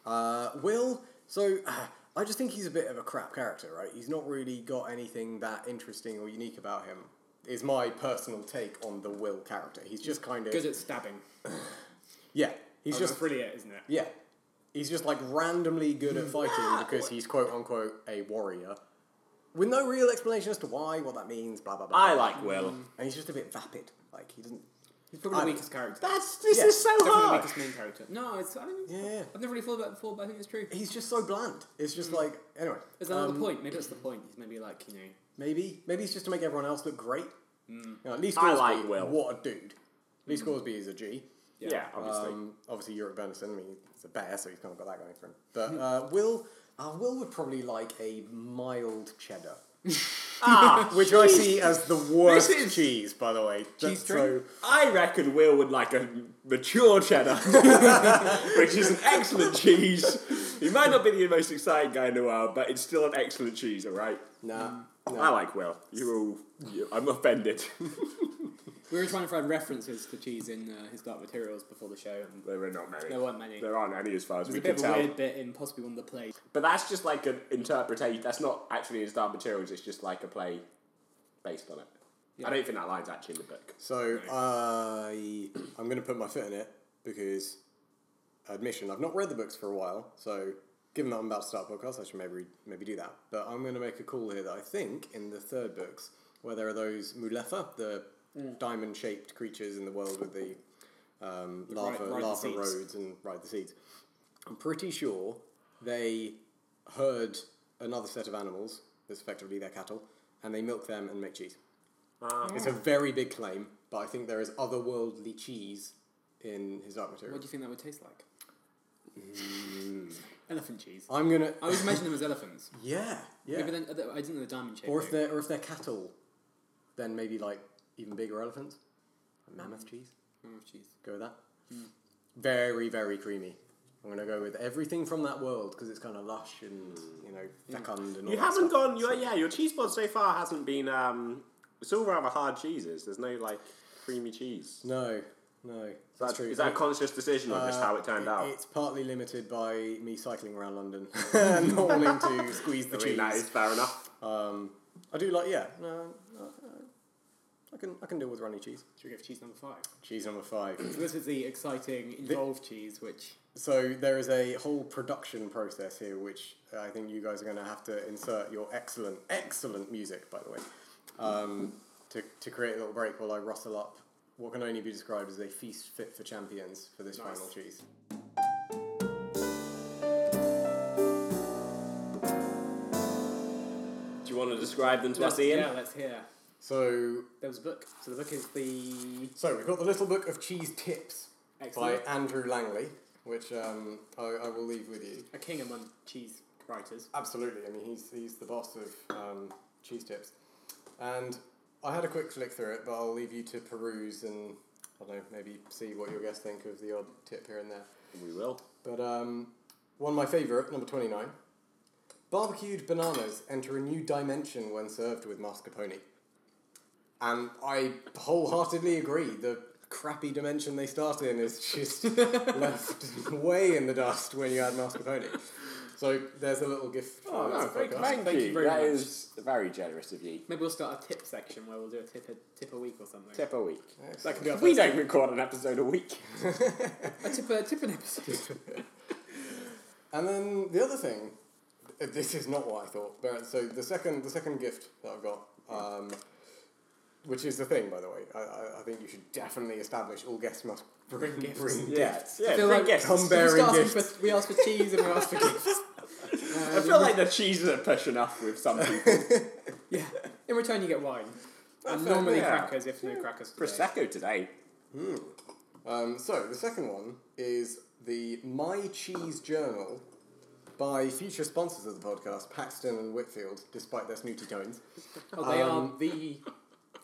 D: Uh, Will, so I just think he's a bit of a crap character, right? He's not really got anything that interesting or unique about him. Is my personal take on the Will character. He's just kind
B: Good
D: of
B: at stabbing.
D: yeah. He's
B: It's
D: just
B: just brilliant, isn't it?
D: yeah. He's just like randomly good at fighting because he's quote unquote a warrior, with no real explanation as to why, what that means, blah blah blah.
C: I like Will.
D: and he's just a bit vapid. Like he doesn't.
B: He's probably the
D: I'm-
B: weakest character.
C: That's this
D: Yeah,
C: is so
B: Definitely the
C: hard.
B: weakest main character. No, it's. I mean,
D: Yeah.
B: I've never really thought about it before, but I think it's true.
D: He's just so bland. It's just like anyway.
B: Is that
D: Um,
B: another point? Maybe that's the point. He's maybe like you know.
D: Maybe. Maybe it's just to make everyone else look great. You know, at least
C: Hmm. I
D: Gorsby,
C: like Will. Hmm.
D: what a dude. At least Gorsby is a G.
C: Yeah, obviously.
D: Um, obviously, Europe Benison, I mean, he's a bear, so he's kind of got that going for him.
C: Hmm.
D: But uh, Will, uh, Will would probably like a mild cheddar.
C: ah,
D: Which I see as the worst
C: This is-
D: cheese, by the way. That's
B: Cheese string?
C: I reckon Will would like a mature cheddar, which is an excellent cheese. He might not be the most exciting guy in the world, but it's still an excellent cheese, all right? Hmm.
D: Nah. nah.
C: I like Will. You're all. You, I'm offended.
B: We were trying to find references to cheese in uh, his Dark Materials before the show, and
C: there were not many.
B: there weren't many.
C: There aren't any as far as
B: There's
C: we
B: a bit
C: can
B: of a
C: tell.
B: weird bit in possibly one of the plays.
C: But that's just like an interpretation. That's not actually his dark materials. It's just like a play based on it. I don't think that line's actually in the book.
D: So I, I'm going to put my foot in it because, admission, I've not read the books for a while. So given that I'm about to start a podcast, I should maybe maybe do that. But I'm going to make a call here that I think in the third books where there are those mulefa, the
B: Mm.
D: diamond shaped creatures in the world with the um, lava
B: ride the
D: lava
B: seeds.
D: roads and ride the seeds. I'm pretty sure they herd another set of animals that's effectively their cattle, and they milk them and make cheese.
B: Ah.
C: Oh.
D: It's a very big claim, but I think there is otherworldly cheese in his dark material.
B: What do you think that would taste like?
D: Mm.
B: Elephant cheese.
D: I'm gonna.
B: I always imagine them as elephants.
D: yeah, yeah.
B: Maybe then, I didn't know the diamond shape.
D: or if
B: thing.
D: they're or if they're cattle, then maybe like even bigger elephants, mammoth cheese.
C: Mm.
B: Oh, cheese.
D: Go with that. Very very creamy. I'm gonna go with everything from that world because it's kind of lush and you know fecund and all
C: Mm. You
D: that
C: haven't
D: stuff.
C: gone. Your, yeah, your cheese board so far hasn't been. Um, it's all rather hard cheeses. There's no like creamy cheese.
D: No, no.
C: Is
D: That's
C: that-
D: true.
C: Is that a conscious decision or just
D: Uh,
C: how it turned out?
D: It's partly limited by me cycling around London, and not wanting to squeeze the
C: I mean, that
D: cheese.
C: is fair enough.
D: Um, I do like yeah. No, no, I can I can deal with runny cheese.
B: Should we go for cheese number five?
D: Cheese number five.
B: So this is the exciting involved cheese, which
D: So there is a whole production process here, which I think you guys are going to have to insert your excellent excellent music, by the way, um, to to create a little break while I rustle up what can only be described as a feast fit for champions for this
B: Nice.
D: final cheese.
C: Do you want to describe them to us, Ian?
B: yeah, let's hear.
D: So
B: There was a book. So the book is the
D: So we've got the little book of cheese tips
B: Excellent.
D: by Andrew Langley, which um, I, I will leave with you.
B: a king among cheese writers.
D: Absolutely, I mean he's he's the boss of um, cheese tips, and I had a quick flick through it, but I'll leave you to peruse and I don't know maybe see what your guests think of the odd tip here and there.
C: We will.
D: But um, one of my favourite, number 29. Barbecued bananas enter a new dimension when served with mascarpone. And I wholeheartedly agree. The crappy dimension they start in is just left way in the dust when you add mascarpone. So there's a little gift for this podcast.
B: Thank you very
C: That
B: much.
C: is very generous of you.
B: Maybe we'll start a tip section where we'll do a tip a tip a week or something.
C: Tip a week.
B: That could be our
C: We
B: first
C: don't record an episode a week.
B: a tip a tip an episode.
D: And then the other thing, uh, this is not what I thought. But so the second, the second gift that I've got, um, which is the thing, by the way, I, I, I think you should definitely establish all guests must bring,
B: Bring gifts.
D: Bring
C: Yeah,
D: gifts.
C: yeah.
B: feel
C: bring
B: like-
C: gifts.
D: Come
B: So we,
D: Bearing
B: start asking
D: gifts.
B: for, we asked for cheese and we asked for gifts.
C: I feel like the cheeses are pushing up with some people.
B: Yeah. In return, you get wine. And
D: fair,
B: normally
C: yeah.
B: crackers, if no crackers. today.
C: Prosecco today.
D: Um, so the second one is the My Cheese Journal by future sponsors of the podcast, Paxton and Whitfield, despite their snooty tones.
B: Oh, they
D: Um,
B: are the.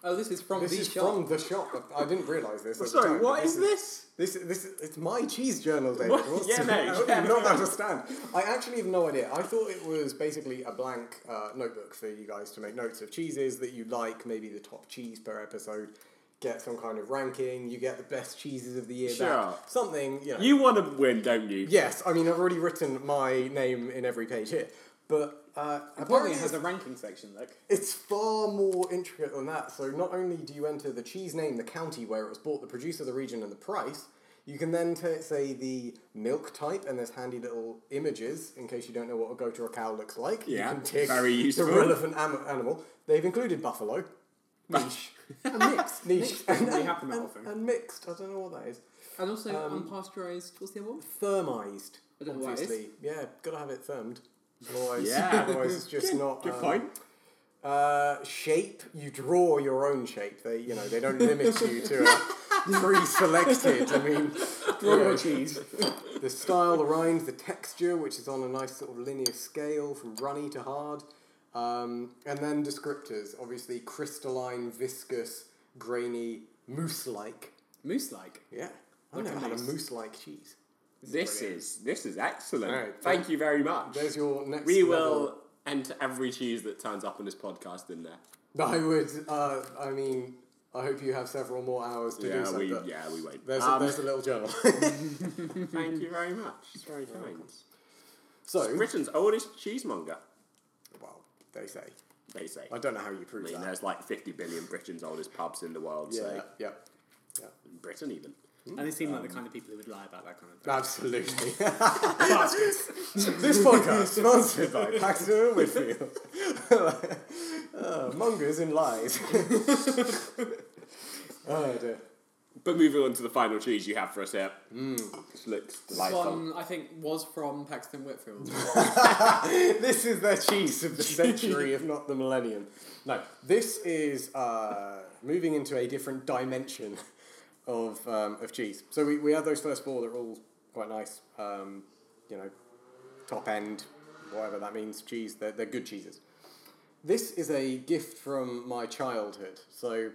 B: Oh, this is from
D: This
B: the
D: is
B: shop.
D: from the shop. I didn't realise this. at the time,
C: Sorry,
D: but
C: what is this?
D: This, this, it's my cheese journal, David.
C: What?
D: What's
C: Yeah, mate,
D: I don't
C: yeah.
D: even know how to stand. I actually have no idea. I thought it was basically a blank uh, notebook for you guys to make notes of cheeses that you like, maybe the top cheese per episode, get some kind of ranking, you get the best cheeses of the year
C: Sure.
D: back, something, you know.
C: You want to win, don't you?
D: yes, I mean, I've already written my name in every page here, but uh,
B: Apparently,
D: apparently
B: it
D: it's
B: has a ranking section. Look,
D: it's far more intricate than that. So not only do you enter the cheese name, the county where it was bought, the producer, the region, and the price, you can then t- say the milk type, and there's handy little images in case you don't know what a goat or a cow looks like.
C: Yeah,
D: you can tick
C: very useful.
D: The relevant am- animal. They've included buffalo, niche, and mixed, niche,
B: doesn't
D: and,
B: really happen that
D: and-
B: often.
D: and mixed. I don't know what that is.
B: and also unpasteurized. What's the other one?
D: Thermized.
B: I don't know what that is.
D: obviously, yeah, gotta have it thermed. Otherwise,
C: Yeah.
D: otherwise it's just not.
C: Good
D: um,
C: point.
D: uh, shape. You draw your own shape. They, you know, they don't limit you to a pre-selected. I mean,
B: Draw
D: you know,
B: your cheese.
D: the style, the rhymes, the texture, which is on a nice sort of linear scale from runny to hard, um, and then descriptors. Obviously, crystalline, viscous, grainy, mousse-like.
B: Moose-like.
D: Yeah, I've
B: Like
D: never
B: a
D: had a
B: mousse.
D: mousse-like cheese.
C: This
B: Brilliant.
C: is this is excellent.
D: All right,
C: Thank you very much.
D: There's your next.
C: we will
D: level.
C: enter every cheese that turns up on this podcast in there.
D: I would. Uh, I mean, I hope you have several more hours to do
C: yeah,
D: so.
C: we
D: but
C: yeah we won't.
D: There's,
C: Um,
D: a, there's a little journal.
C: thank you very much. It's very kind.
D: so,
C: Britain's oldest cheesemonger.
D: well, they say.
C: They say.
D: I don't know how you
C: I
D: prove
C: mean,
D: that.
C: there's like 50 billion Britain's oldest pubs in the world.
D: Yeah,
C: So
D: yeah,
C: in Britain even.
B: And they seem like the kind of people who would lie about that kind of thing.
D: absolutely. this podcast sponsored by Paxton and Whitfield. uh, mongers and lies. oh dear.
C: But moving on to the final cheese you have for us here.
D: Hmm.
C: This looks
B: This
C: delightful.
B: one, I think, was from Paxton Whitfield.
D: This is their cheese of the century, if not the millennium. No, this is uh, moving into a different dimension of, um, of cheese. So we, we had those first four that are all quite nice, um, you know, top end, whatever that means, cheese. They're, they're good cheeses. This is a gift from my childhood. So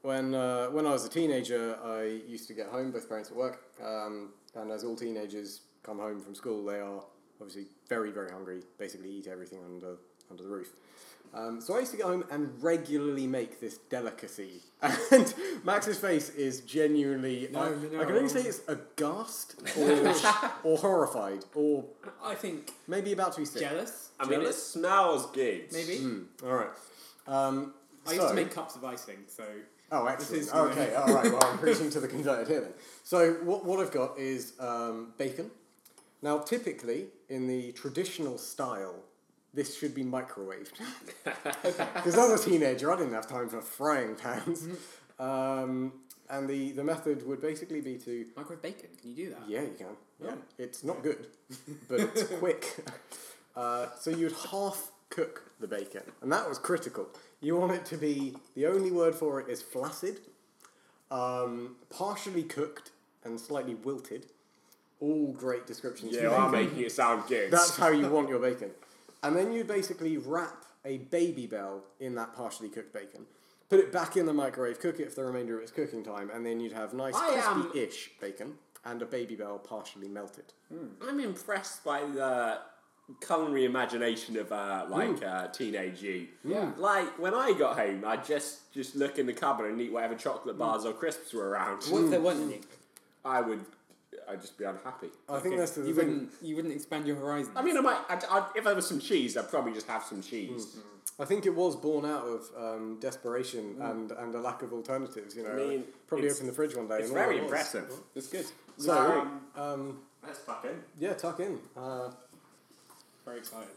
D: when, uh, when I was a teenager, I used to get home, both parents at work, um, and as all teenagers come home from school, they are obviously very, very hungry, basically eat everything under, under the roof. Um, so I used to get home and regularly make this delicacy. And Max's face is genuinely. I,
B: No, no.
D: I can only say it's aghast or, or horrified or
B: I think
D: maybe about to be sick.
B: jealous.
C: I mean, it
B: jealous,
C: smells good.
B: maybe.
D: All right. Um,
B: I used
D: so-
B: to make cups of icing, so
D: Oh, excellent.
B: is-
D: okay, all right. Well, I'm preaching to the converted here then. So what, what I've got is um, bacon. Now, typically in the traditional style, this should be microwaved. Because as a teenager, I didn't have time for frying pans.
B: Mm-hmm.
D: Um, and the, the method would basically be to
B: microwave bacon. Can you do that?
D: yeah, you can. Yeah, it's not good, but it's quick. Uh, so you'd half cook the bacon, and that was critical. You want it to be the only word for it is flaccid, um, partially cooked, and slightly wilted. All great descriptions.
C: You
D: for
C: are
D: bacon.
C: making it sound good.
D: That's how you want your bacon. And then you basically wrap a baby bell in that partially cooked bacon. Put it back in the microwave, cook it for the remainder of its cooking time, and then you'd have nice
C: I am-
D: crispy-ish bacon and a baby bell partially melted.
C: I'm impressed by the culinary imagination of uh, like uh, teenage you.
B: Yeah.
C: Like when I got home, I'd just just look in the cupboard and eat whatever
D: Mm.
C: chocolate bars or crisps were around.
B: What if there weren't any?
C: I would, I'd just be unhappy.
D: I think that's the
B: you
D: thing.
B: wouldn't. You wouldn't expand your horizon.
C: I mean, I might. I'd, I'd, if there was some cheese, I'd probably just have some
D: Mm.
C: cheese.
D: I think it was born out of um, desperation and, and a lack of alternatives. You know,
C: mean,
D: probably
C: it's-
D: opened the fridge one day.
C: It's
D: and all
C: very
D: it was.
C: impressive.
B: it's good.
D: So,
C: Um,
D: um,
C: That's fucking.
D: yeah, tuck in. Uh,
B: Very excited.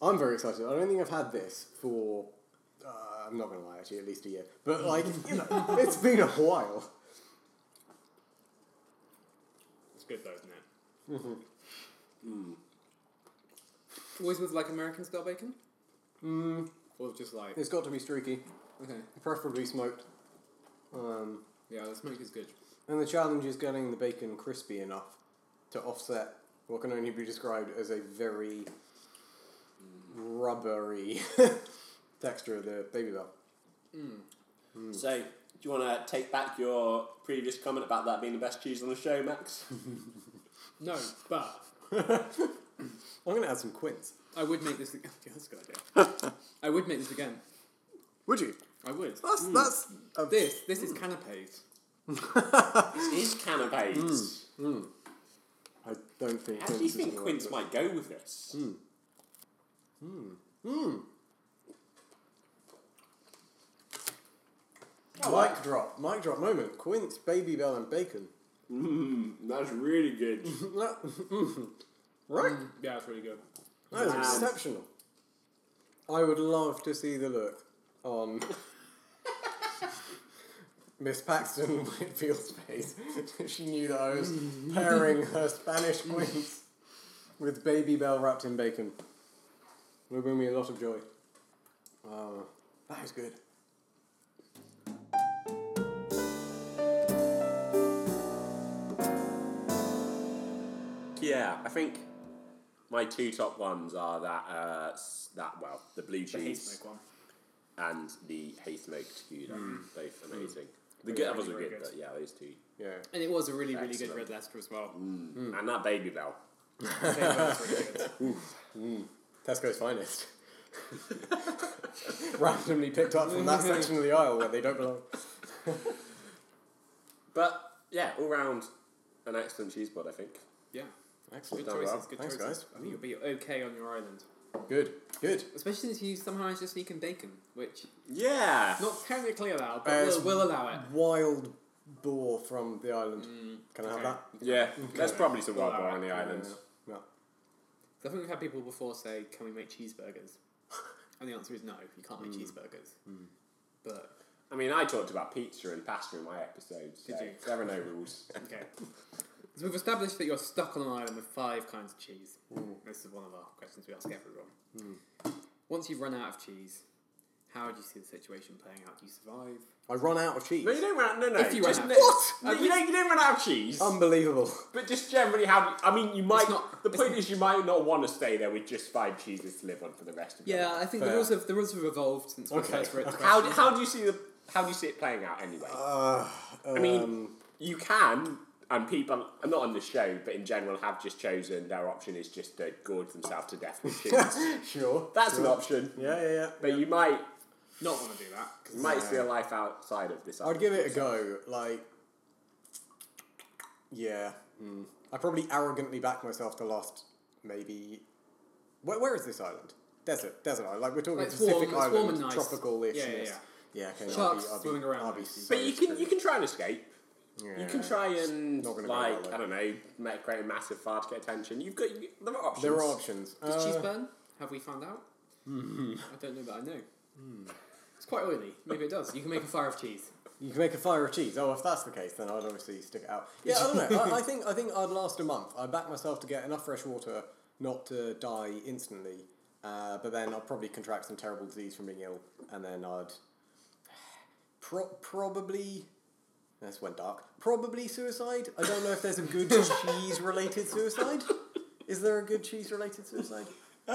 D: I'm very excited. I don't think I've had this for. Uh, I'm not gonna lie, actually, at least a year. But like, you know, it's been a while.
B: It's good though, isn't it? Mm-hmm. Always with like American style bacon. Mm. Or just like
D: It's got to be streaky,
B: okay,
D: preferably smoked.
B: yeah, the smoke is good.
D: And the challenge is getting the bacon crispy enough to offset what can only be described as a very rubbery texture of the baby bell. Mm.
C: So, do you want to take back your previous comment about that being the best cheese on the show, Max?
B: No, but
D: I'm going to add some quince.
B: I would make this. Again. that's a good idea. I would make this again.
D: Would you?
B: I would.
D: That's that's a
B: Mm. This this is canapes.
C: it is canapes.
D: I don't think.
C: How do you
D: quince Mm. is
C: think
D: the right
C: Quince
D: word.
C: might go with this?
D: Mic drop, mic drop moment. Quince, baby bell, and bacon.
C: That's really good.
D: That- right?
B: Yeah, it's really good.
D: That is
C: Mm. Wow.
D: exceptional. I would love to see the look on Miss Paxton Whitfield's face if she knew that I was pairing her Spanish quince with baby bell wrapped in bacon. It would bring me a lot of joy. Wow, that is good.
C: yeah, I think my two top ones are that uh, s- that well, the blue cheese
B: Make one.
C: and the hay smoked gouda,
B: Hmm.
C: both amazing. The good others were
B: very
C: good,
B: good.
C: but yeah, those two.
D: Yeah.
B: And it was a really, really
C: Excellent.
B: good red Leicester as well. Hmm.
C: And that baby bell.
B: They were both really good.
D: Tesco's finest. Randomly picked up from that section of the aisle where they don't belong.
C: But yeah, all round an excellent cheese board, I think.
B: Yeah.
D: Excellent.
B: Good
D: done
B: choices.
D: well.
B: Good
D: Thanks,
B: choices.
D: guys.
B: I think you'll be okay on your island,
D: Good. Good.
B: especially since you somehow managed to sneak in bacon, which
C: Yeah.
B: not technically allowed,
D: Uh,
B: but
D: it's
B: we'll, we'll allow it.
D: Wild boar from the island. Can I have
B: Mm, okay.
D: that?
C: Yeah, there's probably some wild
B: Well,
C: boar on the
B: uh,
C: island.
D: No.
B: I think we've had people before say, "Can we make cheeseburgers?" and the answer is no. You can't make cheeseburgers. But
C: I mean, I talked about pizza and pasta in my episode. So
B: Did you?
C: There are no rules.
B: okay. so we've established that you're stuck on an island with five kinds of cheese. This is one of our questions we ask everyone. Hmm. Once you've run out of cheese, how do you see the situation playing out? Do you survive?
D: I run out of cheese.
C: No, you don't run out. No, no.
B: If you run
C: just
B: out.
C: no-
B: What?
C: No, you don't. You don't run out of cheese.
D: Unbelievable.
C: but just generally, how? do you- I mean, you might.
B: not-
C: the point is, you might not want to stay there with just five cheeses to live on for the rest of your
B: Yeah,
C: life.
B: I think
D: Fair.
B: the rules have the rules have evolved since we
D: Okay,
B: first wrote the
D: okay.
B: question.
C: How, do- how do you see the? How do you see it playing out anyway?
D: Uh, um,
C: I mean, you can, and people, and not on the show, but in general, have just chosen their option is just to gorge themselves to death with cheese.
D: sure.
C: That's
D: sure.
C: an option.
D: Yeah, yeah, yeah.
C: But you might
B: Not want to do that. 'cause
C: you might see a life outside of this.
D: I'd give it a go. Like, yeah. Mm. I probably arrogantly backed myself to last maybe. Where, where is this island? Desert, desert island. Like we're talking
B: Like, it's warm-
D: Pacific
B: it's warm
D: Island,
B: and nice.
D: tropical ish.
B: Yeah, yeah,
D: yeah. okay. no,
B: Sharks
D: I'll be, I'll be,
B: swimming around.
D: I'll be so
C: But you can you
D: screwed.
C: can try and escape. You can
D: Yeah.
C: try and
D: not gonna go
C: like
D: that way.
C: I don't know, make, create a massive fire to get attention. You've got you, there are options.
D: There are options.
B: Does cheese
D: Uh, Hmm.
B: burn? Have we found out? I don't know, but I know. It's quite oily. Maybe it does. You can make a fire of cheese.
D: You can make a fire of cheese. Oh, if that's the case, then I'd obviously stick it out. Yeah, I don't know. I, I think I think I'd last a month. I'd back myself to get enough fresh water not to die instantly, uh, but then I'd probably contract some terrible disease from being ill, and then I'd pro- probably. This went dark. Probably suicide. I don't know if there's a good cheese-related suicide. Is there a good cheese-related suicide?
B: You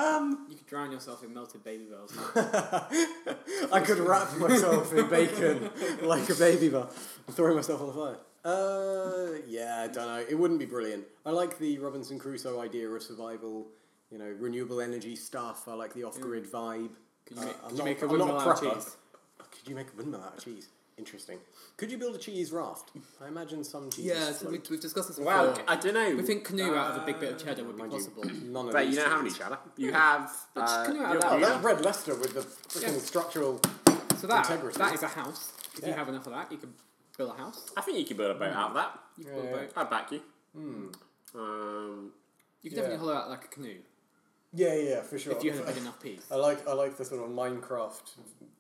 B: could drown yourself in melted baby bells.
D: I could wrap myself in bacon like a baby bar and throw myself on the fire. Uh, yeah, I don't know. It wouldn't be brilliant. I like the Robinson Crusoe idea of survival, you know, renewable energy stuff. I like the off grid vibe.
B: Mm.
D: Uh,
B: Could you make, could you make
D: I'm not-
B: a
D: I'm not
B: windmill out of
D: proper.
B: cheese?
D: Could you make a windmill out of cheese? Interesting. Could you build a cheese raft? I imagine some cheese.
B: Yeah, so we, we've discussed this before.
C: Wow, I don't know.
B: we think canoe out of a big bit of cheddar would be possible.
D: None of
C: but
D: these
C: you don't have any
D: cheeses.
C: cheddar. You have
B: just
C: uh,
B: canoe out
C: your
B: that
D: Oh,
C: Gouda.
D: that Red Leicester with the freaking
B: Yeah.
D: structural.
B: So that,
D: Integrity.
B: that is a house. If you
D: Yeah.
B: have enough of that, you could build a house.
C: I think you could build a boat out of that.
B: You could build a
D: Yeah.
B: boat.
C: I'd back you.
B: Hmm.
C: Um,
B: You could
D: Yeah.
B: definitely hollow out like a canoe
D: Yeah, yeah, for sure.
B: if you had a big enough piece.
D: I like I like the sort of Minecraft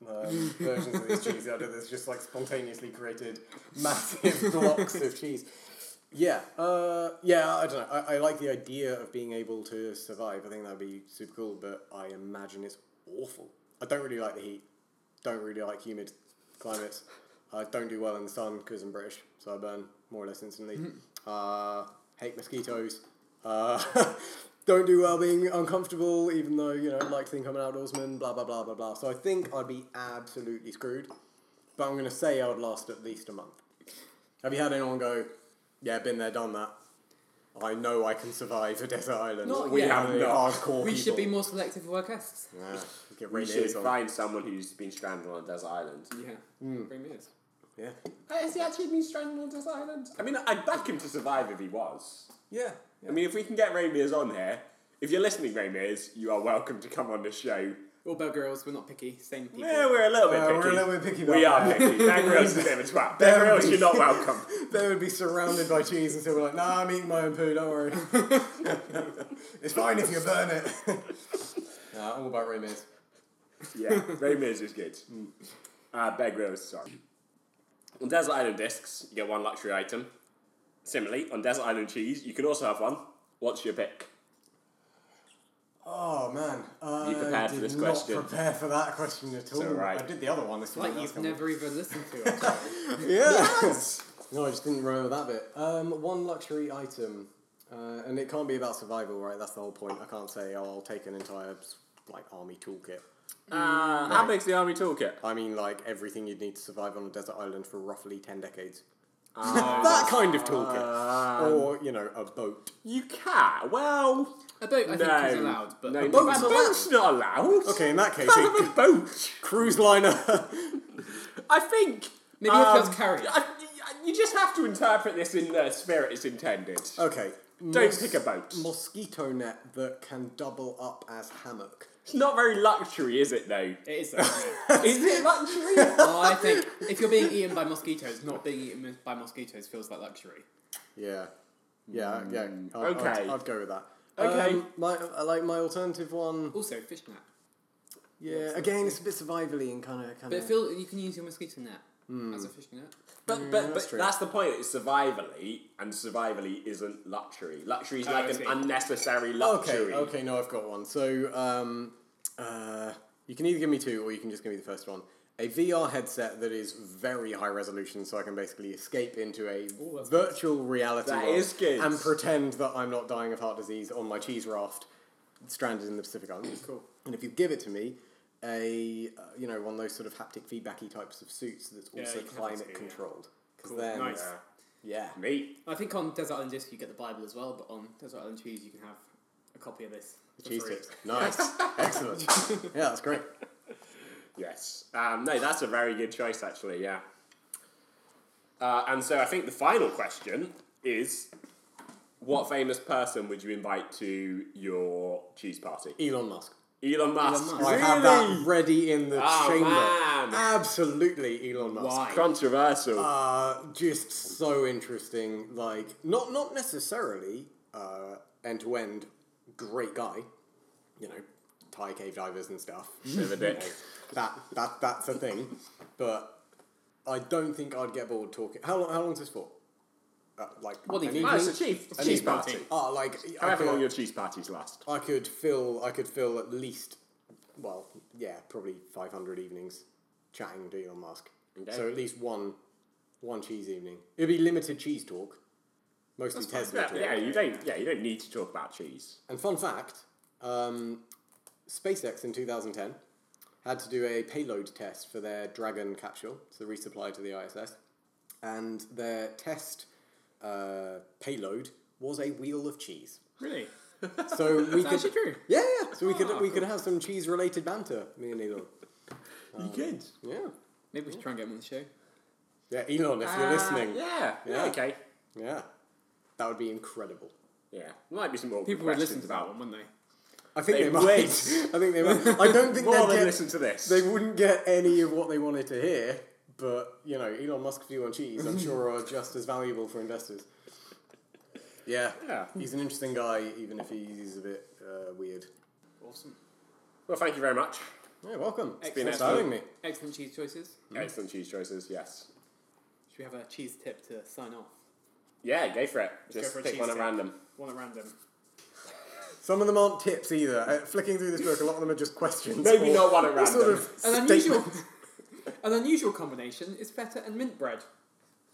D: um, versions of these cheese out of this, just like spontaneously created massive blocks of cheese. Yeah, uh, yeah, I don't know. I, I like the idea of being able to survive. I think that'd be super cool, but I imagine it's awful. I don't really like the heat. Don't really like humid climates. I don't do well in the sun because I'm British, so I burn more or less instantly.
B: Hmm.
D: Uh, hate mosquitoes. Uh, don't do well being uncomfortable, even though you know I like to think I'm an outdoorsman. Blah blah blah blah blah. So I think I'd be absolutely screwed. But I'm gonna say I would last at least a month. Have you had anyone go? Yeah, been there, done that. I know I can survive a desert island.
B: Not
D: we
B: yet.
D: have no
C: Not.
D: hardcore
B: We
D: people.
B: should be more selective with our guests.
D: Yeah, get
C: We
D: Rainiers
C: should
D: on.
C: find someone who's been stranded on a desert island.
B: Yeah.
D: Hmm.
B: Bring me this.
D: Yeah.
C: Has he actually been stranded on a desert island? I mean, I'd back him to survive if he was.
D: Yeah.
C: I mean, if we can get Rainbeers on here, if you're listening, Rainbeers, you are welcome to come on the show.
B: All Bell Girls, we're not picky. Same people.
C: Yeah, we're a little bit
D: Uh,
C: picky.
D: we're a little bit picky
C: We
D: about
C: are
D: that.
C: picky. Ben Grylls is a bit of a twat. Ben Grylls, you're not welcome.
D: they would be surrounded by cheese and still be like, nah, I'm eating my own poo, don't worry. it's fine if you burn it. nah, I'm all about Ramirez.
C: Yeah, Rainbeers is good. Uh, ben Grylls, sorry. On Desert Island Discs, you get one luxury item. Similarly, on Desert Island Cheese, you can also have one. What's your pick?
D: Oh man, I
C: You prepared for
D: did
C: this
D: not
C: question?
D: prepare for that question at all.
C: alright.
D: I did the other one. This
B: Like
D: one,
B: you've
D: that's
B: never even listened to us.
D: coming. Yeah. no, I just didn't remember that bit. Um, one luxury item, uh, and it can't be about survival, right? That's the whole point. I can't say, oh, I'll take an entire like army toolkit.
C: Uh, how big's the army toolkit?
D: I mean, like everything you'd need to survive on a desert island for roughly ten decades.
C: Uh,
D: that kind of toolkit, or you know, a boat.
C: you can. Well,
B: A boat, I
C: no.
B: think, is allowed, but
C: no,
B: a
D: boat's
C: a
D: allowed.
C: boat's not allowed.
D: Okay, in that case,
C: Can't
D: it,
C: have a boat.
D: cruise liner.
C: I think. um,
B: Maybe you have to carry it.
C: I, you just have to interpret this in the spirit it's intended.
D: okay,
C: Don't pick a boat.
D: mosquito net that can double up as hammock.
C: It's not very luxury, is it, though?
B: it is. Though,
C: is it luxury?
B: well, I think if you're being eaten by mosquitoes, not being eaten by mosquitoes feels like luxury.
D: Yeah, yeah, yeah. I'd, I'd,
C: Okay.
D: I'd go with that.
C: Okay.
D: Um, my uh, like my alternative one.
B: Also, fishnet.
D: Yeah, again, it's a bit survivally and kind of kind
B: But
D: of.
B: feel you can use your mosquito net
C: Hmm.
B: as a fishing net.
C: but but,
D: Mm, that's
C: but
D: true.
C: that's the point. It's survivally, and survivally isn't luxury. Luxury is
B: Oh,
C: like
B: I
C: an
B: see.
C: unnecessary
D: Okay,
C: luxury.
D: okay, no, I've got one. So, um, uh, you can either give me two or you can just give me the first one. A VR headset that is very high resolution, so I can basically escape into a
B: that's
D: virtual reality
C: That
D: world
C: is good.
D: and pretend that I'm not dying of heart disease on my cheese raft, stranded in the Pacific Islands.
B: Cool.
D: And if you give it to me, a uh, you know one of those sort of haptic feedbacky types of suits that's
B: Yeah, you
D: also
B: can have
D: climate
B: those too, yeah.
D: controlled. 'Cause
B: Cool,
D: then,
B: nice.
D: yeah,
C: Um, uh, Me.
B: I think on Desert Island Disc you get the Bible as well, but on Desert Island Cheese you can have a copy of this. for
D: cheese
B: free.
D: tips, nice, excellent. Yeah, that's great.
C: Yes. Um, no, that's a very good choice, actually, yeah. Uh, and so I think the final question is what famous person would you invite to your cheese party?
D: Elon Musk.
C: Elon Musk.
B: Musk.
D: I have that ready in the
C: Oh,
D: chamber.
C: man.
D: Absolutely, Elon Musk.
B: Why?
C: Controversial.
D: Uh, just so interesting. Like, not not necessarily uh, end to end. Great guy. You know, Thai cave divers and stuff.
C: Bit of a dick.
D: that that that's a thing. But I don't think I'd get bored talking. How long? How long's this for? Uh, like
B: What
D: an
B: evening?
C: Oh, it's a
D: evening?
C: cheese,
B: a
C: cheese
B: cheese
C: party.
B: party.
D: Oh, like I
C: However
D: feel-
C: long your cheese parties last.
D: I could fill. I could fill at least, well, yeah, probably five hundred evenings chatting to Elon Musk.
C: Okay.
D: So at least one, one cheese evening. It'd be limited cheese talk, mostly Tesla
C: Yeah,
D: talk.
C: yeah, you don't. Yeah, you don't need to talk about cheese.
D: And fun fact, um, SpaceX in 2010 had to do a payload test for their Dragon capsule, so the resupply to the ISS, and their test uh, payload was a wheel of cheese.
B: Really?
D: So we could
B: actually true.
D: Yeah, yeah. So we could we
C: Ah.
D: could have some cheese related banter, me and Elon.
C: you could.
D: Yeah.
B: Maybe we should try and get him on the show.
D: Yeah, Elon, if you're listening. Yeah.
C: Ah, Uh, Yeah, yeah.
D: Yeah.
C: Okay.
D: That would be incredible.
C: Yeah. Might be some more
B: People would
C: questions
B: listen to that
C: about.
B: one, wouldn't they?
D: I think
C: They
D: they, might.
C: would.
D: I think they might. I don't think
C: More
D: they'd
C: than
D: get,
C: listen to this.
D: they wouldn't get any of what they wanted to hear, but you know, Elon Musk's view on cheese, I'm sure, are just as valuable for investors. Yeah.
C: Yeah.
D: He's an interesting guy, even if he's a bit uh, weird.
B: Awesome.
C: Well, thank you very much.
B: Mm-hmm.
D: Yeah, welcome.
B: been
D: Thanks for
C: excellent.
D: having me.
B: Excellent cheese choices.
C: Excellent cheese choices. Yes.
B: Should we have a cheese tip to sign off?
C: Yeah, go for it. Just
B: for a
C: pick one at
B: cheesesteak.
C: random.
B: One at random.
D: Some of them aren't tips either. Uh, flicking through this book, a lot of them are just questions.
C: Maybe
D: or
C: not one at
D: Sort
C: random.
D: of
B: An unusual,
D: statements.
B: An unusual combination is feta and mint bread.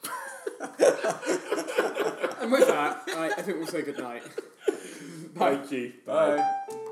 B: and with that, I, I think we'll say goodnight. Bye.
C: you. Bye.